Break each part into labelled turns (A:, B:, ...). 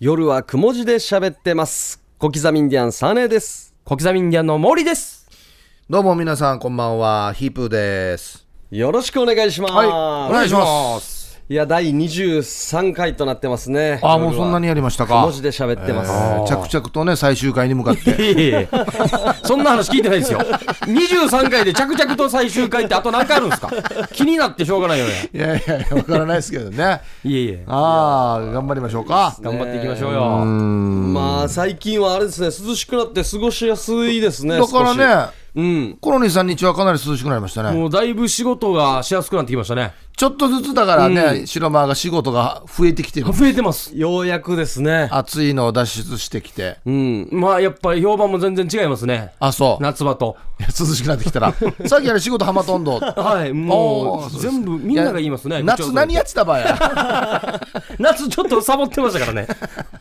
A: 夜はくも字で喋ってます。小刻みインディアンサネです。
B: 小刻みインディアンの森です。
C: どうも皆さんこんばんは、ヒープーです。
A: よろしくお願いします。
C: はい、お願いします。
A: いや、第23回となってますね。
C: あ、もうそんなにやりました
A: くも
C: か。
A: 字で喋ってます。
C: えー着々とね、最終回に向か って。
B: そんな話聞いてないですよ。23回で着々と最終回ってあと何回あるんですか気になってしょうがないよね。
C: いやいやいや、わからないですけどね。
B: いえいえ。
C: ああ、頑張りましょうか。
B: 頑張っていきましょうよ。
A: まあ、最近はあれですね、涼しくなって過ごしやすいですね。
C: だからね、
A: 少し。うん。
C: この2、3日はかなり涼しくなりましたね。
B: もうだいぶ仕事がしやすくなってきましたね。
C: ちょっとずつだからね、白間が仕事が増えてきてる。
B: 増えてます。
A: ようやくですね。
C: 暑いのを脱出してきて。
A: うん。
B: まあやっぱり評判も全然違いますね。
C: あ、そう。
B: 夏場と。
C: い や涼しくなってきたら。さっきあれ仕事浜とんど。
B: はい、
C: あ
B: も
C: ー
B: う
C: そうです
B: 全部みんなが言いますね。
C: 夏何やってたばや。
B: 夏ちょっとサボってましたからね。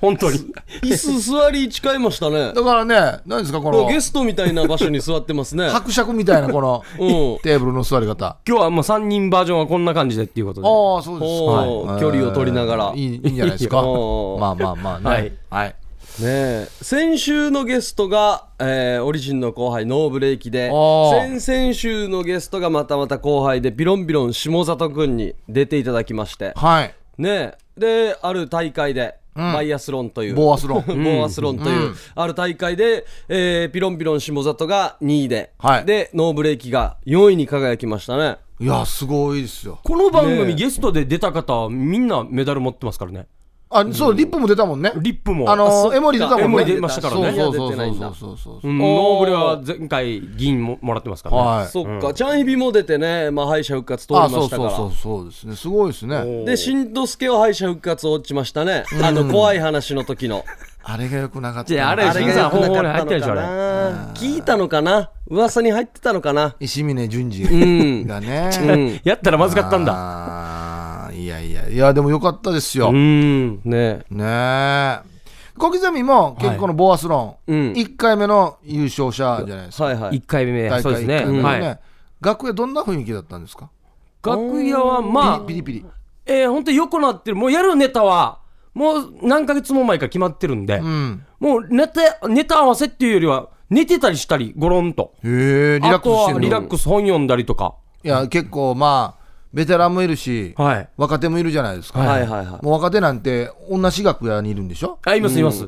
B: 本当に。
A: 椅子座り近いましたね。
C: だからね、何ですかこの
A: ゲ、ストみたいな場所に座って ますね。
C: 伯爵みたいなこの
A: うん。
C: テーブルの座り方。
B: 今日はもう3人バージョンはこんな感じでっていうことで。
C: ああ、そうですか。
A: おー
C: はい
A: 距離を取りながら
C: いいいいんじゃないですか。
A: いいよ
C: まあまあまあね。
B: はい
C: はい。
A: ねえ先週のゲストが、えーオリジンの後輩ノーブレーキで
C: あー
A: 先々週のゲストがまたまた後輩でビロンビロン下里くんに出ていただきまして
C: はい。
A: ねえである大会で、バイアスロンという
C: ボーアスロ ン。
A: ボーアスロンという、ある大会で、えーピロンピロン下里が2位で、
C: はい
A: でノーブレーキが4位に輝きましたね
C: いや、すごいですよ。
B: この番
A: ね
B: 組
A: え
B: ゲストで出た方、みんなメダル持ってますからね。
C: あ、そう、リップも出たもんね。
B: リップも。
C: あ
A: あそっ
C: の、
A: か
C: エモリ出たもんね。
B: エモリ出ましたから
C: そ
B: ね
C: うそう
A: いや出て
C: そ
A: ないんだ
C: うそうそう
B: う
C: そう。
B: ん、ノーブレは前回銀ももらってますからね。
C: はい。
A: そっか、チャンヒビも出てね、まあ、敗者復活通りま
C: あ、
A: し
C: そう
A: たか
C: そう
A: ら
C: そうそうですね。すごいですね。
A: で、しんどすけは敗者復活を落ちましたね。あの、怖い話の時の。
C: あれが良くなかった
B: じゃ
C: な。
B: ああれ
A: あ
B: れ
A: れ
B: が
A: が
B: 良
A: 良
B: く
A: く
B: な
A: な
B: か
A: か
B: った
A: ったの
B: のか
A: かな聞いたのかな噂に入ってたのかな
C: 石峰淳
A: ん
C: 二がね。
A: うん。
B: やったらまずかったんだ。
C: だ。いやいや、いや、でも良かったですよ
B: う。ん。
A: ね
C: ねえ。小刻みも結構このボーアスロン、
A: うん
C: 1回目の優勝者じゃないですか
A: え。はいはい
B: 1。回目、
C: 大
B: そう
C: 会
B: です
C: 一
B: ね。
C: 回目
B: はい。
C: ね。楽屋どんな雰囲気だったんですか。
B: 楽屋はま
C: ピ
B: あ、
C: リピリ。
B: えー、本当に良くなってる。もうやるネタは、もう何ヶ月も前から決まってるんで、
C: うん。
B: もうネタネタ合わせっていうよりは、寝てたりしたり、ゴロンと。
C: へえ、リラッ
B: あ
C: クス
B: と
C: し
B: は
C: て
B: リ
C: る
B: ラ
C: の。
B: ックス本読んだりとか。
C: いや、結構まあ、ベテランもいるし、
B: はい。
C: 若手もいるじゃないですか。
A: はいはいはい。
C: もう若手なんて、同じ楽屋にいるんでしょ
B: あ、います、います。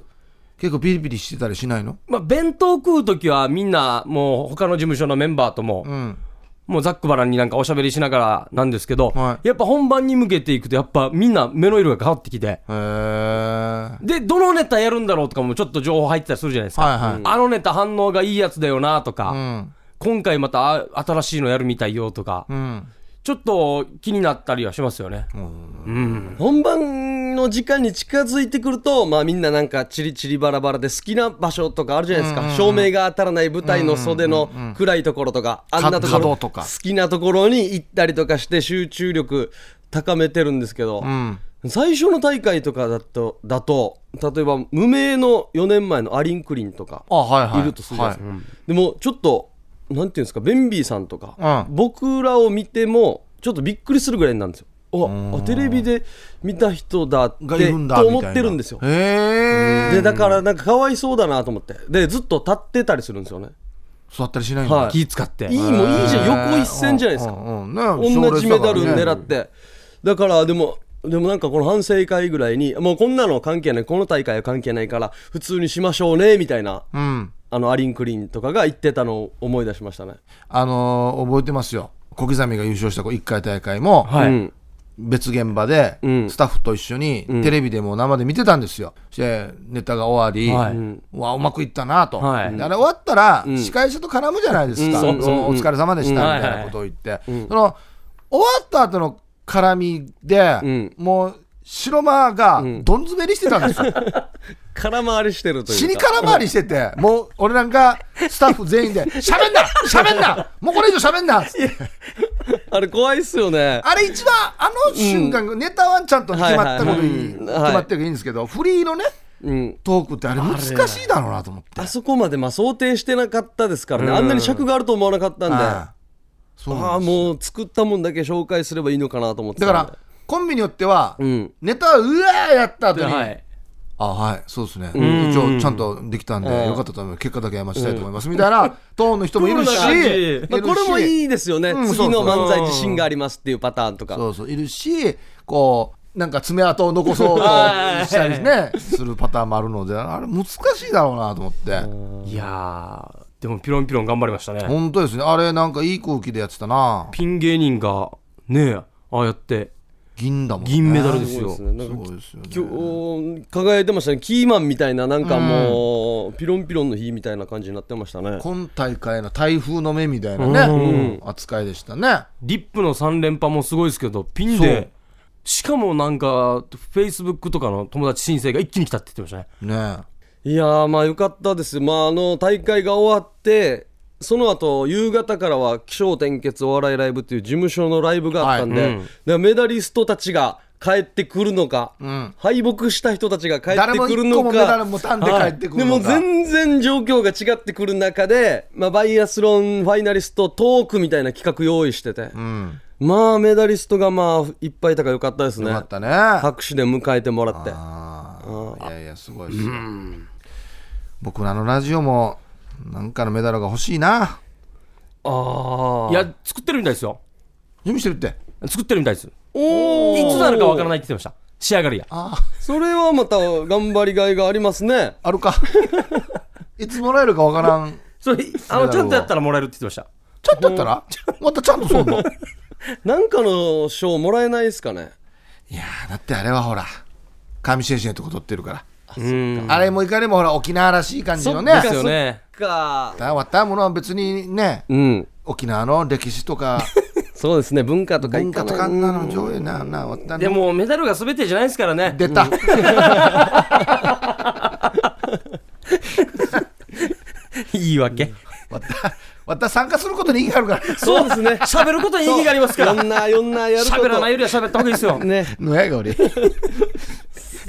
C: 結構ピリピリしてたりしないの
B: まあ、弁当食うときはみんな、もう他の事務所のメンバーとも、
C: うん。
B: もうザックバランになんかおしゃべりしながらなんですけど、
C: はい
B: やっぱ本番に向けていくと、やっぱみんな目の色が変わってきて、
C: へえ。は
B: で、どのネタやるんだろうとかもちょっと情報入ってたりするじゃないです
C: い
B: か。
C: は
B: あのネタ反応がいいやつだよなとか、
C: い。うん。
B: 今回またあ新しいのやるみたいよとか、
C: うん。
B: ちょっと気になったりはしますよね。うん。
A: 本番の時間に近づいてくると、まあみんななんかチリチリバラバラで好きな場所とかあるじゃないですか。照明が当たらない舞台の袖の暗いところとか、あんなところ、
C: 角
A: 好
C: とか
A: きなところに行ったりとかして集中力高めてるんですけど、
C: うん。
A: 最初の大会とかだと、だと例えば無名の4年前のアリンクリンとか、
C: あ、はいはい。
A: いるとするじゃないですか
C: はい
A: でもちょっとなんていうんですかベンビーさんとか、
C: う
A: 僕らを見てもちょっとびっくりするぐらいなんですよああテレビで見た人だって
C: がいるんだ。
A: と
C: み
A: 思
C: たいな
A: ってるんですよ
C: へ
A: で
C: え。
A: だからなんかかわいそうだなと思ってでずっと立ってたりするんですよね
C: 座ったりしないんだ。
A: はい
B: 気使って。
A: いいもんいいじゃん横一線じゃないですか
C: うん。
A: 同じメダル狙
C: っ
A: ってだからでもでもなんかこの反省会ぐらいにもうこんなの関係ないこの大会は関係ないから普通にしましょうねみたいな
C: うん。
A: あのアリンクリンとかが言ってたのを思い出しましたね
C: あのー覚えてますよ小刻みが優勝した1回大会も
B: はい。
A: うん
C: 別現場で
A: ん
C: スタッフと一緒にテレビでも生で見てたんですよ、そしてネタが終わり、
B: はいう
C: わうまくいったなと、
B: はい
C: であれ終わったら司会者と絡むじゃないですか、
A: うんうん
C: そのお疲れ様でした
B: うん
C: みたいなことを言って、その終わった後の絡みで、
A: ん
C: もう白間がどん詰めりしてたんですよ、
A: 空回りしてるという
C: 死に空回りしてて、もう俺なんかスタッフ全員で、喋んな喋んなもうこれ以上喋んなっつって
A: あれ怖いっすよね。
C: あれ一番あの瞬間、ネタはちゃんと決まったことに、
A: はいはいはいうん
C: 決まってるからいいんですけど、フリーのね
A: うん。
C: トークってあれ難しいだろうなと思って
A: あそこまでまあ想定してなかったですからね。あんなに尺があると思わなかったんで。あ
C: はいそうな
A: あ、
C: んです
A: もう作ったもんだけ紹介すればいいのかなと思って
C: だ
A: たん
C: か
A: で
C: らコンビによっては、
A: うん。
C: ネタはうわーやった後に、
B: はい。
C: あはいそうですね
B: ん
C: 一応ちゃんとできたんで
B: うん
C: よかったと思う結果だけ謝したいと思いますみたいなトーンの人もいるし
B: クールな感
A: まあ、これも
C: いるし
A: いいですよね、
C: うん
A: 次の
C: そうそう
A: 漫才自信がありますっていうパターンとか
C: そうそういるしこうなんか爪痕を残そうとしたりねするパターンもあるのであれ難しいだろうなと思って
B: いやーでもピロンピロン頑張りましたね
C: 本当ですねあれなんかいい空気でやってたな
B: ピン芸人がねああやって
C: 銀だもんね
B: 銀メダルです
A: すごい
B: よ
A: ですねなんか
C: そうですよね
A: 今日輝いてましたねキーマンみたいななんかもう、ピロンピロンの日みたいな感じになってましたね
C: 今大会の台風の目みたいなね扱いでしたね
B: リップの3連覇もすごいですけどピンでしかもなんかフェイスブックとかの友達申請が一気に来たって言ってましたね
C: ね
A: いやーまあよかったですまああの大会が終わってその後夕方からは気象転結お笑いライブっていう事務所のライブがあったんで,、
B: はいうん
A: でメダリストたちが帰ってくるのか、
C: ん
A: 敗北した人たちが帰って
C: 誰も
A: く
C: 一
A: る
C: 個
A: の
C: も
A: か
C: メダル持たんで帰ってくる
A: で
C: の
A: も
C: か
A: 全然状況が違ってくる中で、まあ、バイアスロンファイナリストトークみたいな企画用意してて、
C: うん
A: まあメダリストがまあいっぱいいたからよかったです
C: よ
A: ね
C: かったね
A: 拍手で迎えてもらって
C: あーいやいやすごいですよ僕のあのラジオもなんかのメダルが欲しいな
A: ああ
B: いや作ってるみたいですよ
C: 準備してるって
B: 作ってるみたいですい
A: おー
B: つなるかわからないって言ってました仕上がりや
C: あ
A: それはまた頑張りがいがありますね
C: ああるかいつもらえるかわからん
B: それあのちゃんとやったらもらえるって言ってました
C: ちゃんとやったらまたちゃんとそうの
A: なんかの賞もらえないですかね
C: いやーだってあれはほら上シェシェとこ撮ってるから
B: うん
C: あれもいかにもほら沖縄らしい感じのね
A: そっか
B: ですよね
A: か
C: だわったものは別にね
A: うん
C: 沖縄の歴史とか
A: そうですね文化とか
C: 文化とかあん
A: な
C: なの上位ななわったの
B: でもメダルが全てじゃないですからね
C: 出た
B: いいわけ
C: わったわった参加することに意義がある から
A: そうですね
B: 喋ることに意義がありますから
A: いろんないろんなやること
B: 喋らないよりは喋った方がいいですよ
A: ね
C: のやが俺
A: さ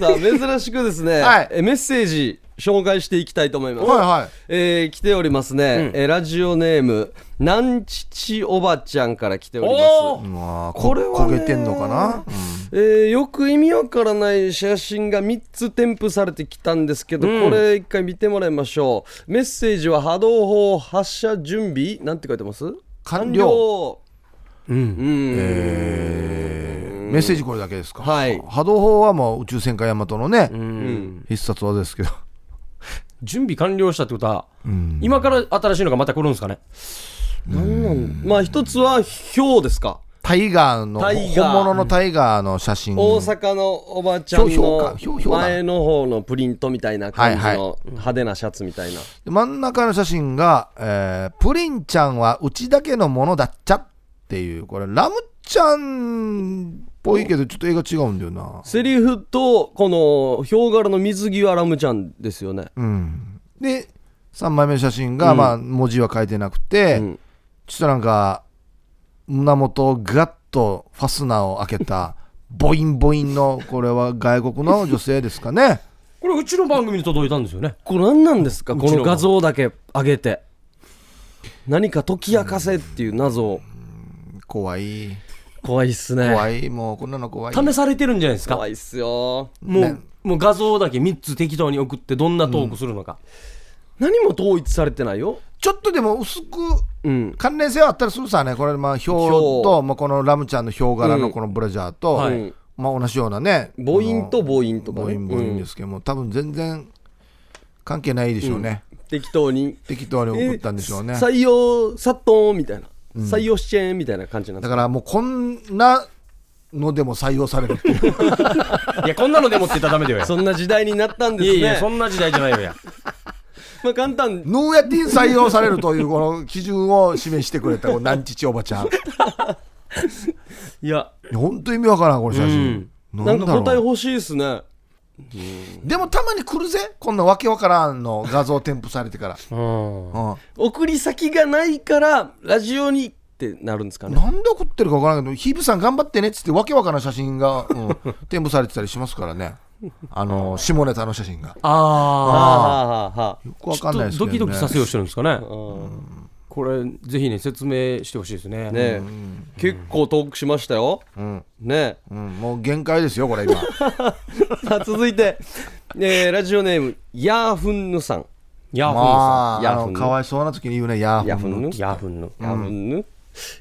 A: あ珍しくですね、
C: はい
A: えメッセージ紹介していきたいと思います、
C: はいはい
A: えー来ておりますね、えーラジオネームなんちちおばちゃんから来ております
B: お
C: まあ、
A: これはね
C: 焦げてんのかな、
A: えーよく意味わからない写真が3つ添付されてきたんですけど、
B: うん
A: これ一回見てもらいましょうメッセージは波動砲発射準備なんて書いてます
C: 完了
B: うん
A: うん、
C: えーメッセージこれだけですか、
A: はい
C: 波動砲はもう宇宙戦艦ヤマトのね、
B: うん
C: 必殺技ですけど、
B: 準備完了したってことは
C: うん
B: 今から新しいのがまた来るんですかね
A: なんなんまあ一つはヒョウですか
C: タイガーの
A: タイガー
C: 本物のタイガーの写真
A: 大阪のおばちゃん
C: ひょうか
A: の
C: ひょうひょうだ
A: 前の方のプリントみたいな感じ
C: はい
A: の派手なシャツみたいな、
C: 真ん中の写真が、えープリンちゃんはうちだけのものだっちゃ」っていうこれラムちゃんっぽいけどちょっと絵が違うんだよな
A: セリフとこのヒョウ柄の水着はラムちゃんですよね、
C: うんで3枚目の写真が、
A: うん
C: まあ、文字は書いてなくて、
A: うん
C: ちょっとなんか胸元をガッとファスナーを開けた ボインボインのこれは外国の女性ですかね
B: これうちの番組に届いたんですよね
A: これ何なんですか
B: うち
A: こ
B: の
A: の画像だけ上げて何か解き明かせっていう謎を
C: 怖い
A: 怖いっすね
C: 怖いもうこんなの怖い
B: 試されてるんじゃないですか
A: 怖いっすよ
B: も
C: ね
B: うもう画像だけ3つ適当に送ってどんなトークするのか
A: 何も統一されてないよ
C: ちょっとでも薄く
A: うん
C: 関連性はあったりするさねこれまあヒョウと、まあ、このラムちゃんのヒョウ柄のこのブラジャーと、
B: はい
C: まあ、同じようなね
A: 母音と母音とかね
C: ボインボインですけども、多分全然関係ないでしょうね、
A: 適当に
C: 適当に送ったんでしょうね
A: え採用殺到みたいな採用しちゃえみたいな感じなんです
C: だからもうこんなのでも採用されるっていう
B: いやこんなのでもって言ったらダメ だよや
A: そんな時代になったん
B: い
A: で
B: や
A: す
B: いやそ
A: ね
B: んな時代じゃないよや
A: まあ簡単
C: ノーヤティン採用されるというこの基準を示してくれたこの南ちちおばちゃん
B: いや
C: 本当意味わからんこの写真、
A: なん
C: だ
A: か
C: ろう
A: 答え欲しいですね
C: でもたまに来るぜこんなわけわからんの画像添付されてから、
B: うん
C: うん
A: 送り先がないからラジオにってなるんですかね
C: なんで送ってるか分からんけど、ヒープさん頑張ってねっつって、わけわからん写真が、うん、添付されてたりしますからね、あの下ネタの写真が。
B: あ
A: あ
B: あ
A: あはあはあ
C: よくわかんないですけ
B: ド
C: ど、
B: キ
C: ね、
B: ドキさせようとしてるんですかね
A: うん
B: これぜひね説明してほしいですね
A: ね、結構トークしましたよ、
C: ん
A: ね
C: うん、もう限界ですよ、これ、今。
A: さあ続いて えーラジオネームヤーフンヌさん
B: ヤフンさ
C: ま
A: ヤ
C: あ、あ
A: フン
C: の、かわいそうな時に言うね、ヤ
A: ヤ
C: ー
A: ー
C: フ
A: フン
C: ンの。
A: ヌ
B: ん。ヤフンの。
A: ヤーフンヌ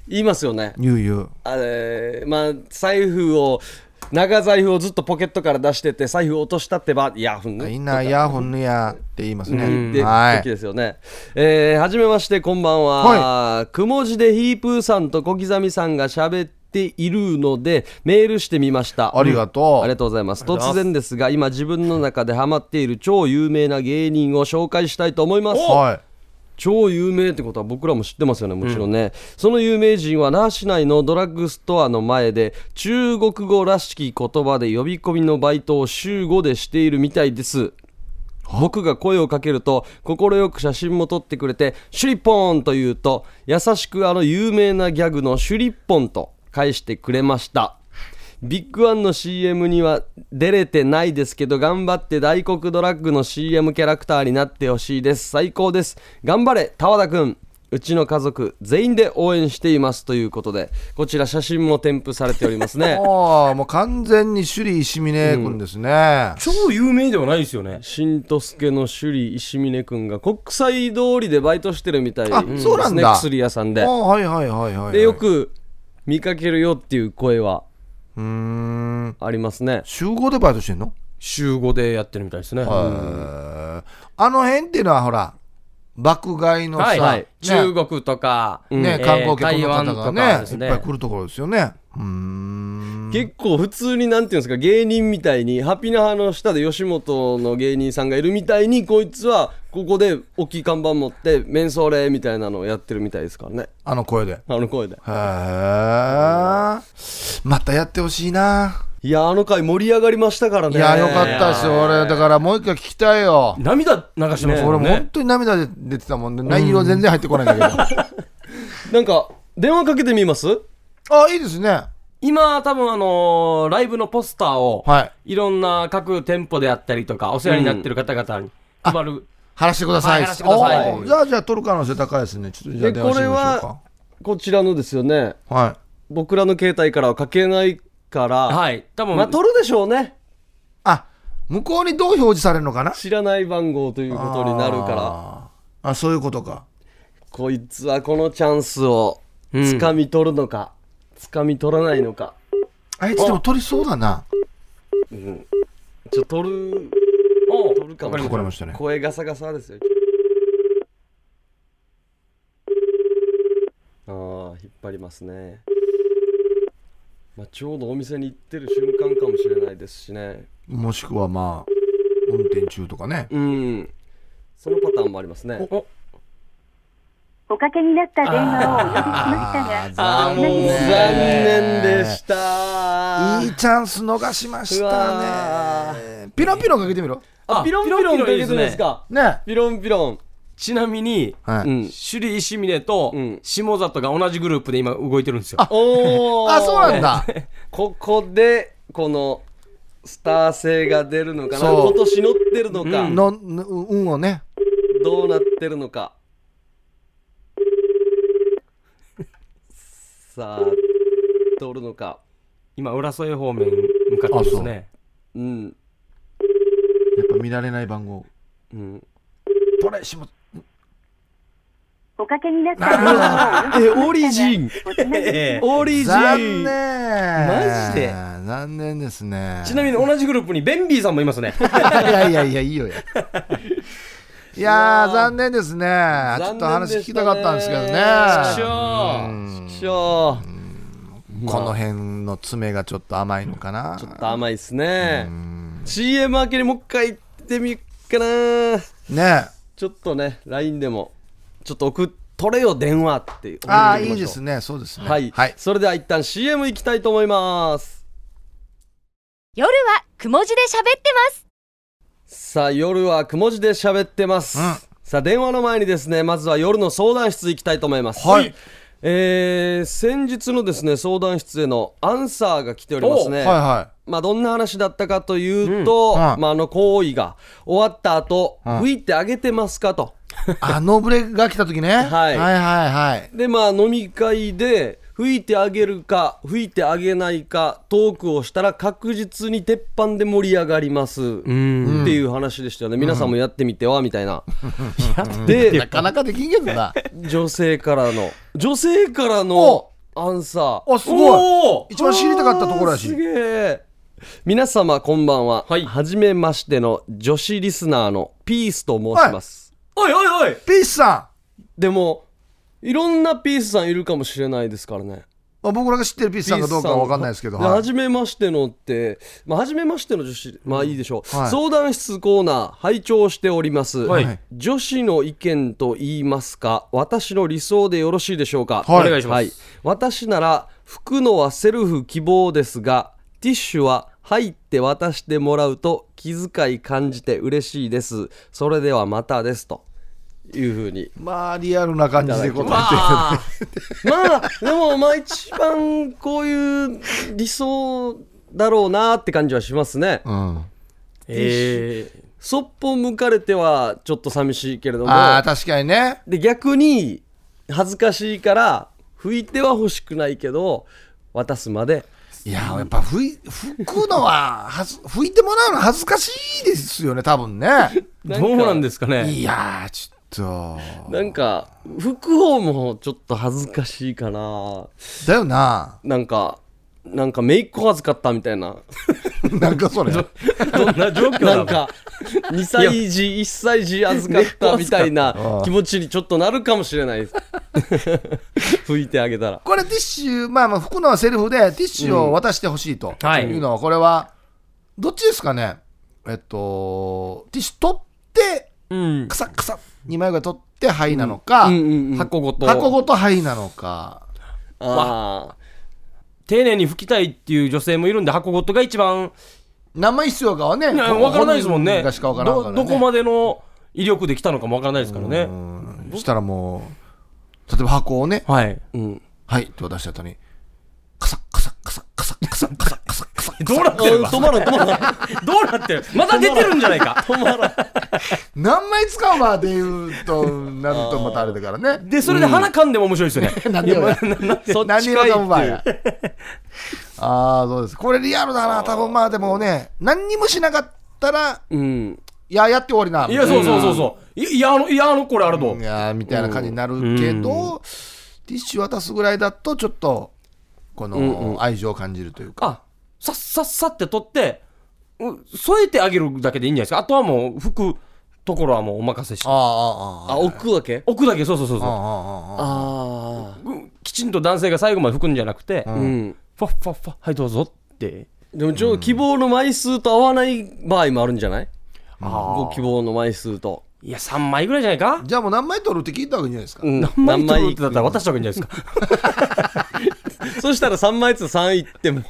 A: 言いますよね
C: 言う言う。
A: あれまあ財布を長財布をずっとポケットから出してて財布落としたってばヤーフンヌ
C: みんな、ヤーフンのやって言います
A: うんで
C: ね。は
A: 時
C: い。
A: ですよね。えーはじめまして、こんばんは。くも字でヒープーさんと小刻みさんが喋っているので、メールしてみました。
C: ありがと
A: あり
C: う
A: が。とうございます突然ですが今自分の中でハマっている超有名な芸人を紹介したいと思います
C: はい。
A: 超有名ってことは僕らも知ってますよねもちろんね、その有名人は那覇市内のドラッグストアの前で中国語らしき言葉で呼び込みのバイトを週5でしているみたいです僕が声をかけると快く写真も撮ってくれて「シュリポーン!」と言うと優しくあの有名なギャグの「シュリッポン」と返してくれましたビッグワンの CM には出れてないですけど頑張って大黒ドラッグの CM キャラクターになってほしいです最高です頑張れ田和田くんうちの家族全員で応援していますということでこちら写真も添付されております ね
C: ああ、もう完全に首里石峰君ですね。
B: 超有名ではないですよね。
A: 新とすけの首里石峰君が国際通りでバイトしてるみたいですね
C: あそうなんだ
A: 薬屋さん
C: あ
A: で
C: あ、はいはいはいはいはい。
A: でよく見かけるよっていう声は
C: うーん。
A: ありますね
C: 集合でバイトしてんの
B: 週5でやってるみたいですね。
C: あの辺っていうのはほら、爆買いのさ、
B: はい、はい
C: ね
B: 中国とか、
C: ね
B: えー
C: 観光客
B: 台
C: の
B: 湾
C: 方が
B: と
C: ね
B: かです
C: いっぱい来るところですよね。うーん。
A: 結構普通になんていうんですか芸人みたいにハピナハの下で吉本の芸人さんがいるみたいにこいつはここで大きい看板持って「メンソーレ」みたいなのをやってるみたいですからね
C: あの声で。へえ。
A: あの声で
C: またやってほしいな。
A: いやあの回盛り上がりましたから
C: い
A: ね
C: や、よかったですよ。俺、だからもう一回聞きたいよ。
B: 涙流してました
C: 俺、
B: もん
C: も
B: ね。
C: 本当に涙で出てたもんで、内容全然入ってこないんだけど。
A: なんか電話かけてみます
C: あ、いいですね。
B: 今、多分あのーライブのポスターを、
C: はい。
B: いろんな各店舗であったりとか、お世話になってる方々に配る。
C: 貼らしてください。
B: はい貼らしてください
C: おーじゃあ、じゃあ、取る可能性高いですね。ちょっとじゃあ、
A: で
C: 電話してみまし
A: こ
C: ょ
A: こちらのですよね
C: うか。はい。
A: 僕らの携帯からはかけないから、
B: はい。多分、
A: まあ取るでしょうね
C: あ、向こうにどう表示されるのかな
A: 知らない番号ということになるから
C: ら。あ、そういうことか。
A: こいつはこのチャンスを掴み取るのか、掴み取らないのか
C: あいつでも取りそうだな。
A: ちょ取る
B: おう
A: 取るかも
B: わり
C: わかりましたね。
A: 声ガサガサですよああ引っ張りますね、まあ、ちょうどお店に行ってる瞬間かもしれないですしね
C: もしくはまあ、運転中とかね。
A: うんそのパターンもありますね
B: お
D: おかけになった電話をお呼びしましたが、
B: あーも
A: 残
B: う
A: 念でした
C: いいチャンス逃しまし
A: う
C: た
A: わ
C: ね。ピロンピロンかけてみろ。
A: あ
B: あ
A: ピロンピロンって言ってですか
C: ね。
A: ピロンピロン
B: ちなみに、
C: は
A: う
C: い。
A: ん
B: 首里石峰と
A: うん
B: 下里が同じグループで今動いてるんですよ。
A: おー
C: あ、そうなんだ。
A: ここでこのスター性が出るのかな
C: そう
A: 今年乗ってるのか、
B: うん
C: の、の運をね。
A: どうなってるのか さあ通るのか
B: 今、浦添方面向かってますね。
A: うん
C: やっぱ見られない番号。
A: うん
C: 取れしも。
D: おかけになった電話をお呼びしましたがお
A: えオリジン
D: つなぎ
B: ええ
A: オリジン
C: 残念。
B: マジで
C: 残念ですね。
B: ちなみに同じグループにベンビーさんもいますね。
C: いやいやいや、いいよや。いやー、残念ですね。ちょっと話聞きたかったんですけどね。
B: ちくしょう
A: しょう
C: この辺の爪がちょっと甘いのかな。
A: ちょっと甘いっすね CM 明けにもう一回行ってみっかな
C: ね
A: ちょっとね LINE でもちょっと送っ取れよ電話っていう
C: ああ、いいですね。そうですね。
A: はい、
C: はい。
A: それでは一旦 CM 行きたいと思います
E: 夜はくも字で喋ってます。
A: さあ夜はくも字で喋ってます、
C: うん
A: さあ電話の前にですねまずは夜の相談室行きたいと思います
C: はい
A: えー先日のですね相談室へのアンサーが来ておりますね、
C: はいは
A: まあ、どんな話だったかというと、
C: うんはい
A: まあ、あの行為が終わった後、
C: ん
A: 吹いてあげてますかと
C: い。あのブレが来た時ね。
A: はい
C: はいはいはい。
A: でまあ飲み会で吹いてあげるか吹いてあげないかトークをしたら確実に鉄板で盛り上がりますって
B: ん
A: いう話でしたよね、皆さんもやってみてはみたい な、
C: な
A: で
C: かなかできんけどな。
A: 女性からの女性からのアンサー
C: あ、すごい。
B: おー
C: 一番知りたかったところらし
A: あーす
C: い。
A: げえ皆様こんばんは
B: はい
A: はじ、めましての女子リスナーのピースと申します、
B: おいおいおい
C: ピースさ
A: でもいろんなピースさんいるかもしれないですからね
C: ん。まあ、僕らが知ってるピースさんかどうかは分かんないですけど。はい
A: 初めましてのって、まあ、初めましての女子、まあいいでしょう、
C: はい
A: 相談室コーナー、拝聴しております、
B: はい
A: 女子の意見と言いますか、私の理想でよろしいでしょうか、
C: はい
B: お願いします
A: 私なら、拭くのはセルフ希望ですが、ティッシュは入って渡してもらうと、気遣い感じて嬉しいです、それではまたですというふうに。
C: まあ、リアルな感じで答えてるけど
B: あ
A: まあでもまあ一番こういう理想だろうなって感じはしますね
C: うん。
B: えー
A: そっぽ向かれてはちょっと寂しいけれども
C: ああ、確かにね。
A: で逆に恥ずかしいから拭いては欲しくないけど渡すまで
C: いや、やっぱ拭い拭くのははず、拭いてもらうの恥ずかしいですよね、多分ね。
A: なんか
B: どうなんですかね
C: いやー、ちょっと。
A: なんか拭く方もちょっと恥ずかしいかな
C: だよな。
A: なんかなんかめいっ子恥ずかったみたいな
C: なんかそれ。
B: どんな状況な
A: な
B: の
A: んか2歳児1歳児預かったみたいな気持ちにちょっとなるかもしれないです拭いてあげたら
C: これティッシュ、まあまあ、拭くのはセルフで、ティッシュを渡してほしいと、
B: うんはい
C: いうのは、これは、どっちですかね。えっと、ティッシュ取って、
B: うん
C: くさくさ、2枚ぐらい取って、はいなのか、
A: うんうんうん
B: 箱ごと
C: 箱ごとはいなのか。
A: あ
B: 丁寧に拭きたいっていう女性もいるんで箱ごとが一番
C: 生必要かはね、
B: いや
C: こ
B: わからないですもん
C: 本
B: ね
C: 人がしかわからんから、
B: ど
C: ね、
B: どこまでの威力できたのかもわからないですからね
C: うんしたらもう、例えば箱をね、
B: はい
A: あうん
C: はいって渡した後に、カサッカサッカサッカサッカサッカサッカサッカサッ
B: どうなってる止まらん止まらんどうなってるまた出てるんじゃないか止まらん
C: 何枚使うわっていうと、なるとまたあれだからね。
B: でそれで鼻噛んでも面白いですよね
C: なん でよや。
A: そっ
C: 何
A: ち
C: 色
A: かい
C: か
A: っ
C: お前
A: ていう
C: や。 ああ、そうです。これリアルだな。多分まあでもね、何にもしなかったら、
A: うん
C: いや、やって終わりな。
B: いやそう
C: う。
B: そうそうそういいやあのいやあのこれあると
C: いや、みたいな感じになるけど、ティッシュ渡すぐらいだと、ちょっと、こ
A: うんう
C: の愛情を感じるというか。
B: あさっさっさって取ってう添えてあげるだけでいいんじゃないですかあとはもう拭くところはもうお任せして
C: ああ、ああ、ああ。
A: あ置くわけ
B: 置くだけそうそうそう
C: ああ
B: そ
C: ああああ
A: あ
B: ううんきちんと男性が最後まで拭くんじゃなくて、
A: あ
B: フ
A: うん
B: ァッファッファはいどうぞって
A: でもちょっと希望の枚数と合わない場合もあるんじゃない
B: あ
A: ご希望の枚数と
B: いや3枚ぐらいじゃないか
C: じゃあもう何枚取るって聞いたわけじゃないですか。
A: うん
B: 何枚取るってだったら渡した方がいいんじゃないですか
A: そしたら3枚ずつ3いっても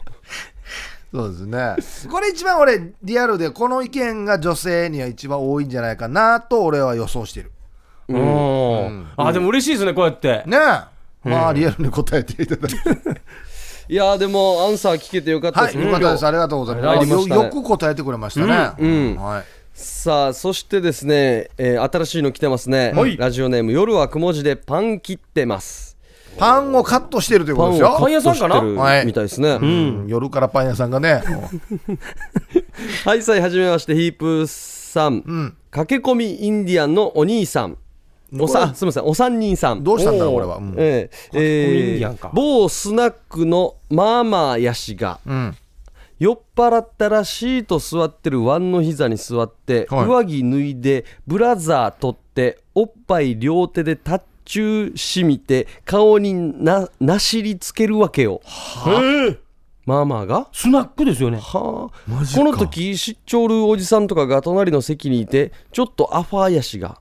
C: そうですね。これ一番俺、リアルで、この意見が女性には一番多いんじゃないかなと、俺は予想してる。
B: うん、あでも嬉しいですねこうやって、
C: ねえ。まあ、リアルに答えていただいて。
A: いやーでもアンサー聞けてよかった
C: は
A: です
C: い、
A: ね、
C: よかったです。ありがとうござい
A: あ
C: ま
A: り
C: す。
A: ま
C: よ
A: したね
C: よく答えてくれましたね。
A: うんうん
C: はい。
A: さあそしてですね、えー新しいの来てますね、
B: はい
A: ラジオネーム夜はくも字でパン切ってます
C: パンをカットしてるというこ
A: パ
C: と
A: ン
C: で
A: を
C: す
A: カ
C: よ。
A: ットしてる
C: はい
A: みたいですね、
C: うん、夜からパン屋さんがね、
A: はいさいはじめましてヒープーさん、
C: ん
A: 駆け込みインディアンのお兄さんおさすみませんお三人さん
C: どうしたんだろう、
B: おー
C: 俺は。うん
A: ええ
B: 駆け込みイン
A: え
B: ディアン
A: ー
B: か
A: 某スナックのマーマーヤシが
C: うん。
A: 酔っ払ったらシート座ってるワンの膝に座って、
C: はい
A: 上着脱いでブラザー取っておっぱい両手でタッチューしみて顔にななしりつけるわけよ
B: へえ
A: マーマーが
B: スナックですよね
A: はあ
C: マジか
A: この時知っちょるおじさんとかが隣の席にいてちょっとアファーやしが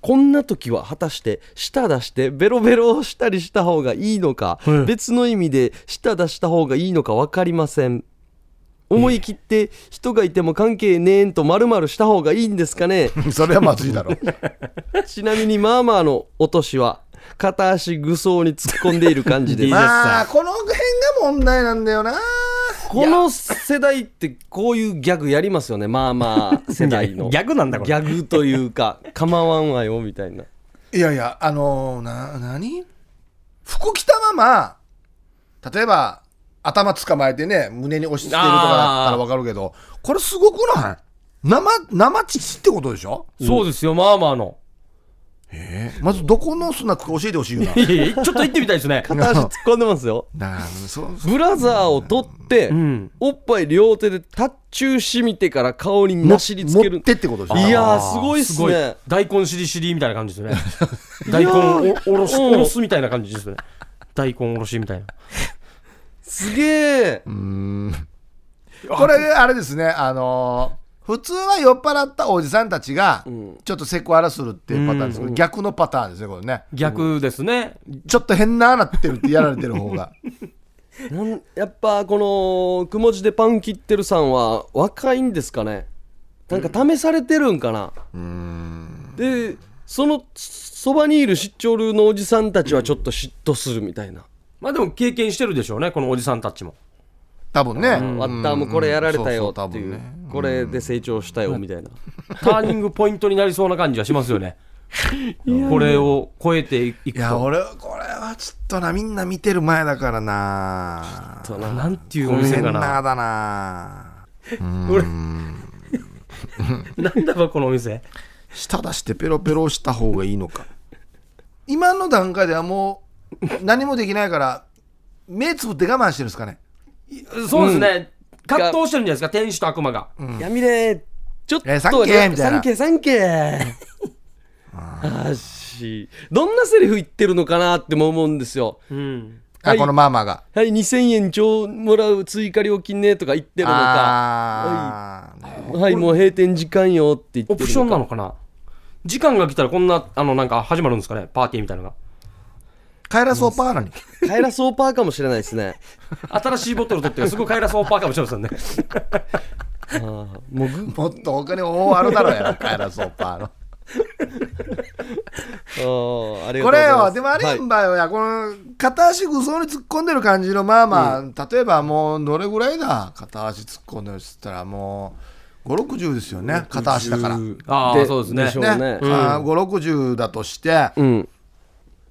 A: こんな時は果たして舌出してベロベロをしたりした方がいいのか、
B: ええ
A: 別の意味で舌出した方がいいのか分かりません思い切って人がいても関係ねえんと丸々した方がいいんですか ね
C: それはまずいだろう。
A: ちなみにまあまあの落としは片足ぐそうに突っ込んでいる感じです
B: いいです
C: まあ、この辺が問題なんだよな。
A: この世代ってこういうギャグやりますよねまあまあ世代の
B: ギャグなんだこれ
A: ギャグという か構わんわよみたいない
C: やいや、あのー、な、何服着たまま、例えば頭捕まえてね胸に押し付けるとかだったらわかるけどこれすごくない生生乳ってことでしょ
B: そうですよ、まあまあの。
C: まずどこのスナックか教えてほしいよ
B: いやいやちょっと行ってみたいですね。
A: 片足突っ込んでますよ
C: ななあそう
A: ブラザーを取って、
B: ん
A: おっぱい両手でタッチューしみてから顔になしりつける
C: 持ってってことでしょ
A: いや
B: あ
A: ーすごいっすね
B: 大根しりしりみたいな感じ ですね。大根をおおろす、おろすみたいな感じですね。大根おろしみたいな。
A: すげえ
C: これあれですねあのー普通は酔っ払ったおじさんたちがちょっとセクハラするっていうパターンですけど、逆のパターンですねこれね
B: 逆ですね。
C: ちょっと変ななってるってやられてる方が
A: なんやっぱこのくも字でパン切ってるさんは若いんですかねなんか試されてるんかなでそのそばにいるシッチョルのおじさんたちはちょっと嫉妬するみたいな、
B: まあでも経験してるでしょうね、このおじさんた ちも。
C: 多分ね、
A: ワッターもこれやられたよ
C: そうそう多
A: っていう,、
C: 分ね
A: これで成長したよみたいな、
B: ターニングポイントになりそうな感じはしますよね。これを超えていく
C: いや
B: と。
C: 俺これはちょっとなみんな見てる前だからな
A: そうな
B: なんていうお店
C: 変
B: か
C: な
B: な。
C: だな
B: 俺 なんだかこのお店。
C: 舌出してペロペロした方がいいのか今の段階ではもう何もできないから目つぶって我慢してるんですかね
B: そうですね。葛藤してるんじゃないですか、天使と悪魔が。
A: 闇でちょっと
C: えーサンキューみたい
A: サン
C: な
A: キューサンキューあしどんなセリフ言ってるのかなっても思うんですよ
B: うん。
A: はい
C: あこのママが
A: はい、2000円ちょうもらう追加料金ねとか言ってるのか、
C: あーね
A: はい、もう閉店時間よって言ってるの
B: オ
A: か
B: プションなのかな時間が来たらこんな、あの、なんか始まるんですかねパーティーみたいなの
C: 帰らそうパーなに
A: 帰らそうパーかもしれないですね。
B: が。新しいボトル取って、すぐ帰らそうパーかもしれませんね。
A: あーもうぐ
C: もっとお金多あるだろうやな 帰らそうパーの
A: あーありが
C: こと
A: うご
C: れ
A: ざいます
C: よでもあれんばよや、この片足ぐそに突っ込んでる感じのまあまあ、例えばもうどれぐらいだ片足突っ込んでるっつったらもう560ですよね片足だからね、
B: ああ、そうですね。
A: しょうねうん
C: あー560だとして、
A: うん、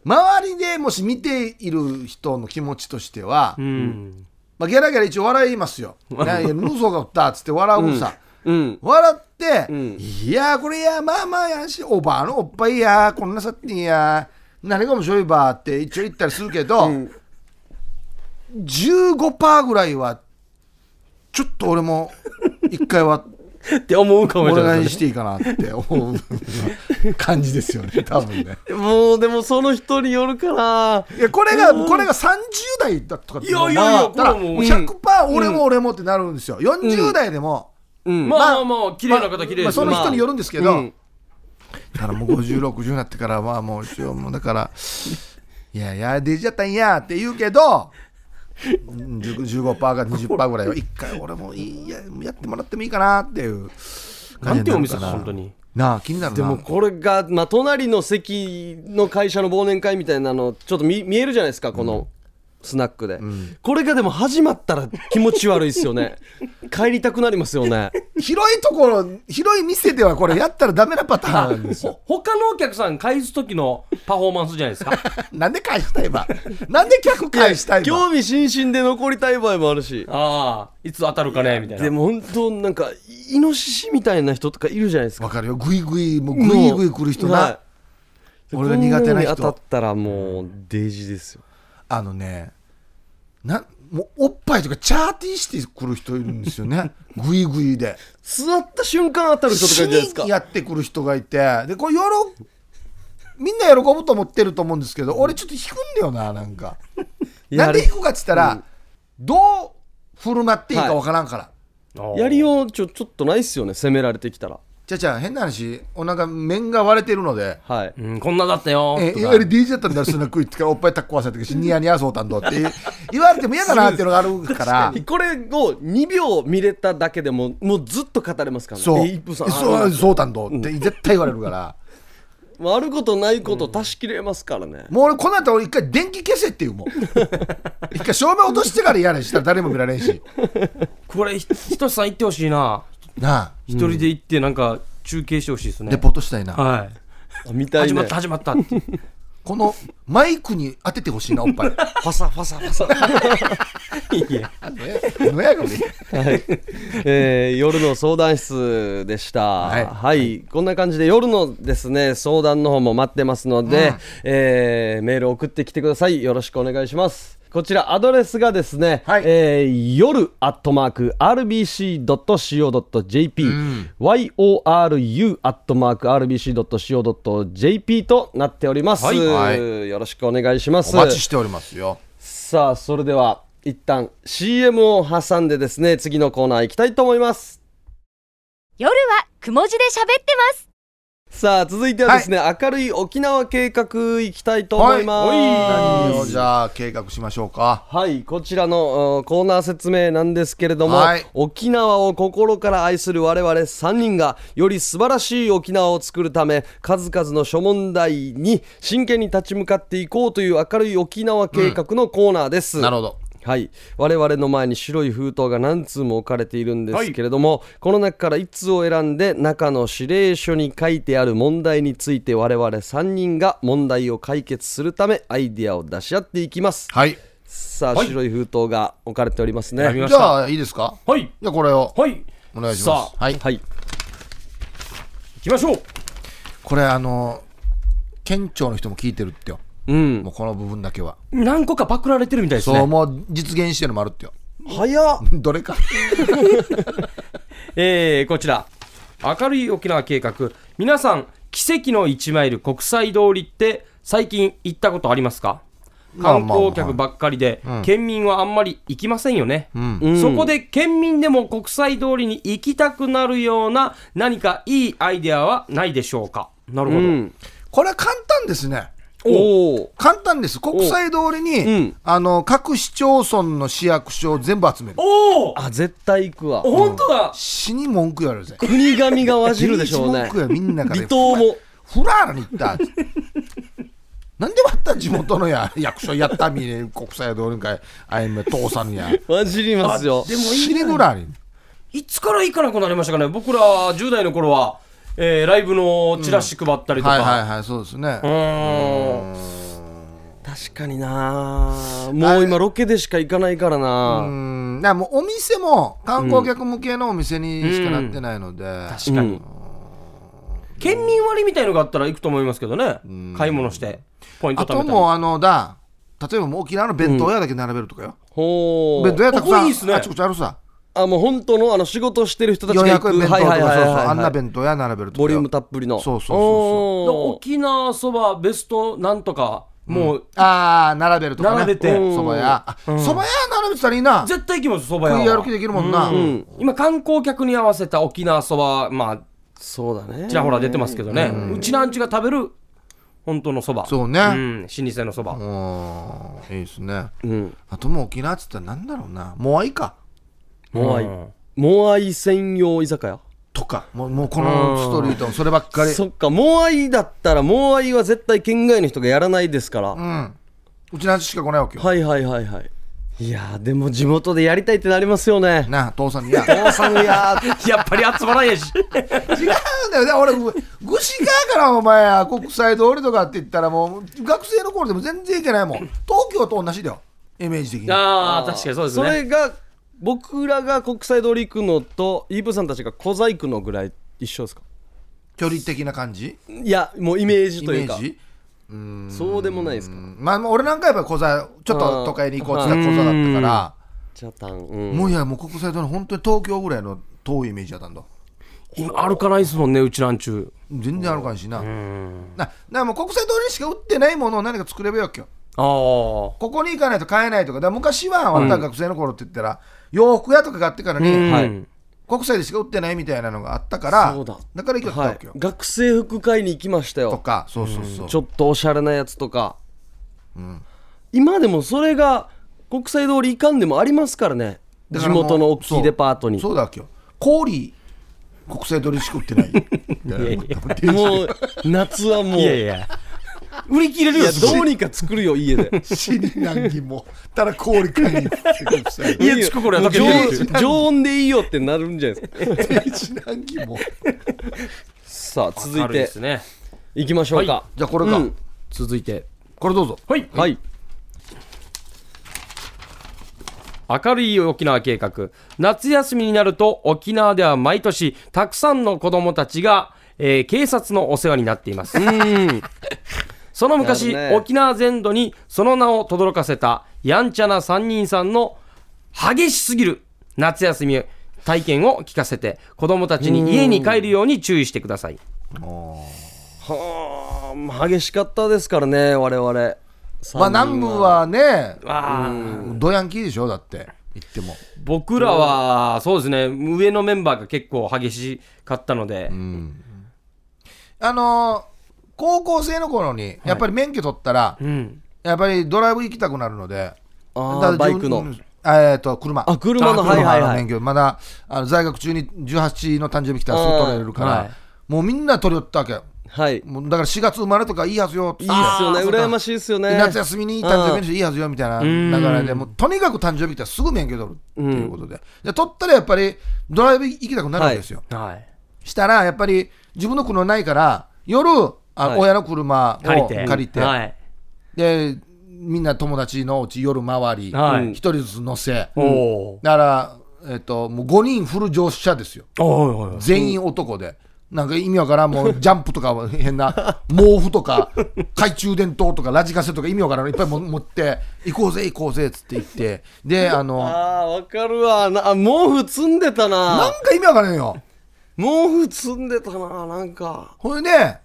C: 周りでもし見ている人の気持ちとしては、
B: うん。
C: まあ、ギャラギャラ一応笑います よ「ね、嘘が打った」っつって笑うさ、
A: うん、
C: 笑って、
A: ん
C: いやーこれやまあまあやんしおばあのおっぱいやこんなさってんや何が面白いばって一応言ったりするけど、15%ぐらいはちょっと俺も一回は
B: って思うか
C: お
B: もしれない
C: 願
B: で
C: い
B: す
C: し
B: ね。
C: ていいかなって思う感じですよ ね多分ね
A: もうでもその人によるかない
C: やこれがこれが30代だとかって
B: いやいやいや
C: まあだったら
B: これはもう
C: もう100%俺も俺もってなるんですよ、40代でも、
A: うん、
B: まあまあまあ、綺麗な方
C: まあ
B: 綺麗
C: ま
B: で
C: あ
B: す
C: そ
B: よ
C: の
B: ね。
C: 人によるんですけど、
A: うん
C: だからもう5060になってからはもう一応もうだから「いやいや出ちゃったんや」って言うけどうん15%が20%ぐらいは一回俺もいいややってもらってもいいかなっていう
B: な
C: 感
B: ん
C: じに
B: てお
C: なる
B: 店
C: か
B: です
C: な
B: 本当に。
C: なあ気になるな
A: でもこれが、まあ、隣の席の会社の忘年会みたいなのちょっと見見えるじゃないですかこのスナックで、これがでも始まったら気持ち悪いですよ ね帰りたくなりますよね
C: 広いところ広い店ではこれやったらダメなパターンなん ですよ
B: ほ他のお客さん返す時のパフォーマンスじゃないですか。
C: なんで返したいばなんで客返したいば
A: 興味津々で残りたい場合もあるし
B: ああ、いつ当たるかねみたいな。
A: でも本当なんかイノシシみたいな人とかいるじゃないですか
C: わかるよグイグイもうグイグイ来る人な、
A: はい
C: 俺が苦
A: こ
C: 手な人
A: んのに当たったらもうデイジですよ
C: あのねなんもうおっぱいとかチャーティーしてくる人いるんですよねグイグイで
A: 座った瞬間当たる人とかいるじゃないですか
C: 死にやってくる人がいてでこれよろみんな喜ぶと思ってると思うんですけど俺ちょっと引くんだよななんか
A: や
C: なんで引くかっつったら、どう振る舞っていいかわからんから、
B: ああ
A: やりようちょちょっとないっすよね攻められてきたら
C: じゃちゃあ変な話お腹面が割れてるので
A: はい
B: うん、こんなだったよ。
C: え
B: と
C: い
B: か
C: わゆる DJ だったんだらそんな食いってからおっぱいタッコわせてニヤニヤそうたんどって言われても嫌だなっていうのがあるから
A: これを2秒見れただけでももうずっと語れますからね
C: そう
A: え一歩さんあ
C: そ
A: あ
C: うそうたんどって絶対言われるから、
A: もうあることないこと足しきれますからね、
C: もう俺この後俺一回電気消せっていうもん一回照明落としてからやれしたら誰も見られんし
B: これ、ひひとしさん行ってほしいな。
C: なあ
B: 一人で行って、なんか、中継してほしいですね。
C: レポートしたいな、
B: はい。
A: あ見たい
B: 始ま
A: ね
B: った、始まったって。
C: このマイクに当ててほしいな、おっぱい。
A: ファサファサファサ。
B: いや
C: あのやのやがね
A: はいえー夜の相談室でした、は
C: はいい
A: こんな感じで夜のですね相談の方も待ってますので、えーメール送ってきてくださいよろしくお願いしますこちらアドレスがですね、
C: はい
A: えー夜アットマーク RBC.CO.JP、YORU アットマーク RBC.CO.JP となっております、
B: はい
C: は
A: よろしくお願いします
C: お待ちしておりますよ。
A: さあそれでは一旦 CM を挟んでですね次のコーナー行きたいと思います
E: 夜はくも字で喋ってます
A: さあ続いてはですね、明るい沖縄計画行きたいと思います
C: はい何を
A: は
C: じゃあ計画しましょうか。
A: い、こちらのうんコーナー説明なんですけれども、
C: はい
A: 沖縄を心から愛する我々3人がより素晴らしい沖縄を作るため数々の諸問題に真剣に立ち向かっていこうという明るい沖縄計画のコーナーです、
C: なるほど。
A: はい、我々の前に白い封筒が何通も置かれているんですけれども、この中から1通を選んで中の指令書に書いてある問題について我々3人が問題を解決するためアイディアを出し合っていきます
C: はい。
A: さあ、
B: はい
A: 白い封筒が置かれております
B: 選び
A: ね
B: まし
C: じ
B: た。
C: ゃあいいですか。
B: はい。
C: じゃあこれを
B: はい。
C: お願いしま
B: さ
C: す。
B: あ、
C: はい。
A: はい
B: 行きましょう。
C: これあの県庁の人も聞いてるってよ。
A: うん
C: もうこの部分だけは。
B: 何個かパクられてるみたいです
C: そう
B: ね。
C: もう実現してるのもあるってよ。
A: 早っ
C: どれか。
B: えー、こちら。明るい沖縄計画。皆さん、奇跡の1マイル国際通りって最近行ったことありますか
C: まあ
B: 観
C: まあ
B: 光客ばっかりで、県民はあんまり行きませんよね、
A: ん
B: そこで県民でも国際通りに行きたくなるような何かいいアイデアはないでしょうかなるほ
A: う
B: ど、
A: ん
C: これは簡単ですね。
A: おお
C: 簡単です。国際通りに、
A: うん
C: あの各市町村の市役所を全部集める。
B: おお
A: あ絶対行くわ
B: 本当だ
C: 死に文句言われるぜ。
A: 国神がわじるでしょう
C: 死に
A: ね
C: 文句やみんなから
A: 離島も
C: フラーラに行った。なんでまた地元の や役所やったみね国際通りにかい、あいめ父さんや。
A: わじりますよ
C: でも死ねぐらいに。
B: いつから行かなくなりましたかね僕ら10代の頃は、えーライブのチラシ配ったりと
C: はいはい
B: か
C: はい、そうですね
B: う。ーん
A: 確かになもう今ロケでしか行かないからな
C: うん、だからもうお店も観光客向けのお店にしかなってないので。
B: 確かに、県民割みたいのがあったら行くと思いますけどね買い物してポイント
C: あ
B: 貯め
C: と
B: たり
C: もうあのだ、例えばもう沖縄の弁当屋だけ並べるとかよ。
A: ほ
C: 弁当屋たく
B: こ
C: さ
B: こ
C: ん
B: いいっすね
C: あちこちあるさ。
A: あもう本当のあの仕事してる人たちが行く
C: 400円弁当とか、
A: はいはいはいは
C: そうそう
A: いはい
C: あんな弁当屋並べるとかよ。
A: ボリュームたっぷりの
C: そうそうそうそう
B: だから
A: そ
B: 沖縄そばベストなんとかもう
C: ああ、並べるとか、ね。
B: 並べて
C: そば屋。あそば、屋並べてたらいいな。
B: 絶対行きますそば
C: 食い
B: 屋
C: 歩き
B: は
C: できるもんな。
B: 今観光客に合わせた沖縄そばまあ
A: そうだね
B: ちらほら出てますけどね、うちなんちが食べる本当のそば
C: そうね
B: ん、老舗のそば、
C: うーん、いいですね。
A: うん
C: あともう沖縄っつったらなんだろうな。モアイか。
A: モアイモアイ専用居酒屋
C: とか。もうもうこのストリート、そればっかり。
A: そっかモアイだったらモアイは絶対県外の人がやらないですから
C: う
A: は
C: ん。うちの味しか来ないわけよ。
A: いはいはいはいいやーでも地元でやりたいってなりますよね
C: なあ、父さんに。いや、違
A: 父さんや ー
B: やっぱり集まらん やし。
C: うんだよ。だから俺、ぐしかからお前、国際通りとかって言ったらもう、学生の頃でも全然行けないもん。東京と同じだよ。イメージ的に。
B: ああ、確かにそうです
A: そ
B: ね。
A: れが僕らが国際通り行くのとイーブさんたちが小細工のぐらい一緒ですか
C: 距離的な感じ
A: いやもうイメージ
C: イ
A: と
C: メ
A: いう
C: ー
A: か
C: ジ
A: そうでもないですか
C: まあ、もう俺なんかやっぱ小座ちょっと都会に行こうって言ったら小座だったから、
A: チャタンうん
C: もういやもう国際通り本当に東京ぐらいの遠いイメージだったんだ
B: 今歩かないですもんね、うちなんちゅう。
C: 全然あるかんしななだからもう国際通りにしか売ってないものを何か作ればよっけよ
B: ああ。
C: ここに行かないと買えないとかだから昔はあんた学生の頃って言ったら、洋服屋とか買ってからに、
A: はい
B: うん
C: 国際でしか売ってないみたいなのがあったから
A: そうだ
C: から行けた
A: は
C: わ
A: い
C: けよ、、
A: 学生服買いに行きました
C: と
A: よ
C: かそうそうそう
A: ちょっとおしゃれなやつとか、今でもそれが国際通り行かんでもありますからね
C: だ
A: 地
C: からもう
A: 元の大きいデパートに
C: そうそうだわけよ氷国際通りしか売ってな いいやいや
A: もう夏は もう
B: いやいや。売り切れる
A: い
B: よ
A: や、どうにか作るよ家で
C: 死に難儀もただ氷買いに行ってく だ さい
B: 家近頃やった
A: もう
B: けど
A: 常常温でいいよってなるんじゃないですか
C: 死に難儀も
A: さあ続い
B: 軽いで
A: て
B: すね。
A: いきましょうか、
C: じゃあこれか、
A: うん
B: 続いて。
C: これどうぞ
B: はい
A: はい
B: 明るい沖縄計画夏休みになると沖縄では毎年たくさんの子どもたちが、えー警察のお世話になっています
A: うん
B: その昔、
A: やるね
B: 沖縄全土にその名を轟かせたやんちゃな3人さんの激しすぎる夏休み体験を聞かせて子どもたちに家に帰るように注意してください
A: はあまあ激しかったですからね我々
C: まあ南部はね
B: あー
C: ドヤンキーでしょだって言っても
B: 僕らはそうですね上のメンバーが結構激しかったので、
C: あのー高校生の頃にやっぱり免許取ったら、
B: うん
C: やっぱりドライブ行きたくなるので
A: あー
C: だから
A: バイクの
C: 自分えーっと車
A: あ車の
C: あ
A: はいはい
C: 車の
A: はい
C: 免許まだあの在学中に18の誕生日来たらすぐ取れるから、
B: うんはい
C: もうみんな取り寄ったわけ
A: はいいいっ
C: もうだから4月生まれとかいいはずよって
A: すよね羨ましいですよね
C: 夏休みに誕生日の人いいはずよみたいな流れでもうとにかく誕生日来たらすぐ免許取るっていうことで,、で取ったらやっぱりドライブ行きたくなるんですよ、
B: はい
C: したらやっぱり自分の車ないから夜あ、
A: はい
C: 親の車を
B: 借りて
C: 借りて、
B: はい
C: でみんな友達のうち夜回り一、
B: はい
C: 人ずつ乗せ、
B: おお
C: だから、えっともう5人フル乗車ですよ
B: ーおいおい
C: 全員男で、なんか意味わからんもうジャンプとか変な毛布と か懐中電灯とかラジカセとか意味わからんのいっぱいも持って行こうぜ行こうぜっつって行ってであの
A: あーわかるわなあ毛布積んでた
C: な
A: なん
C: か意味わからんよ
A: 毛布積んでたななんか
C: ほいで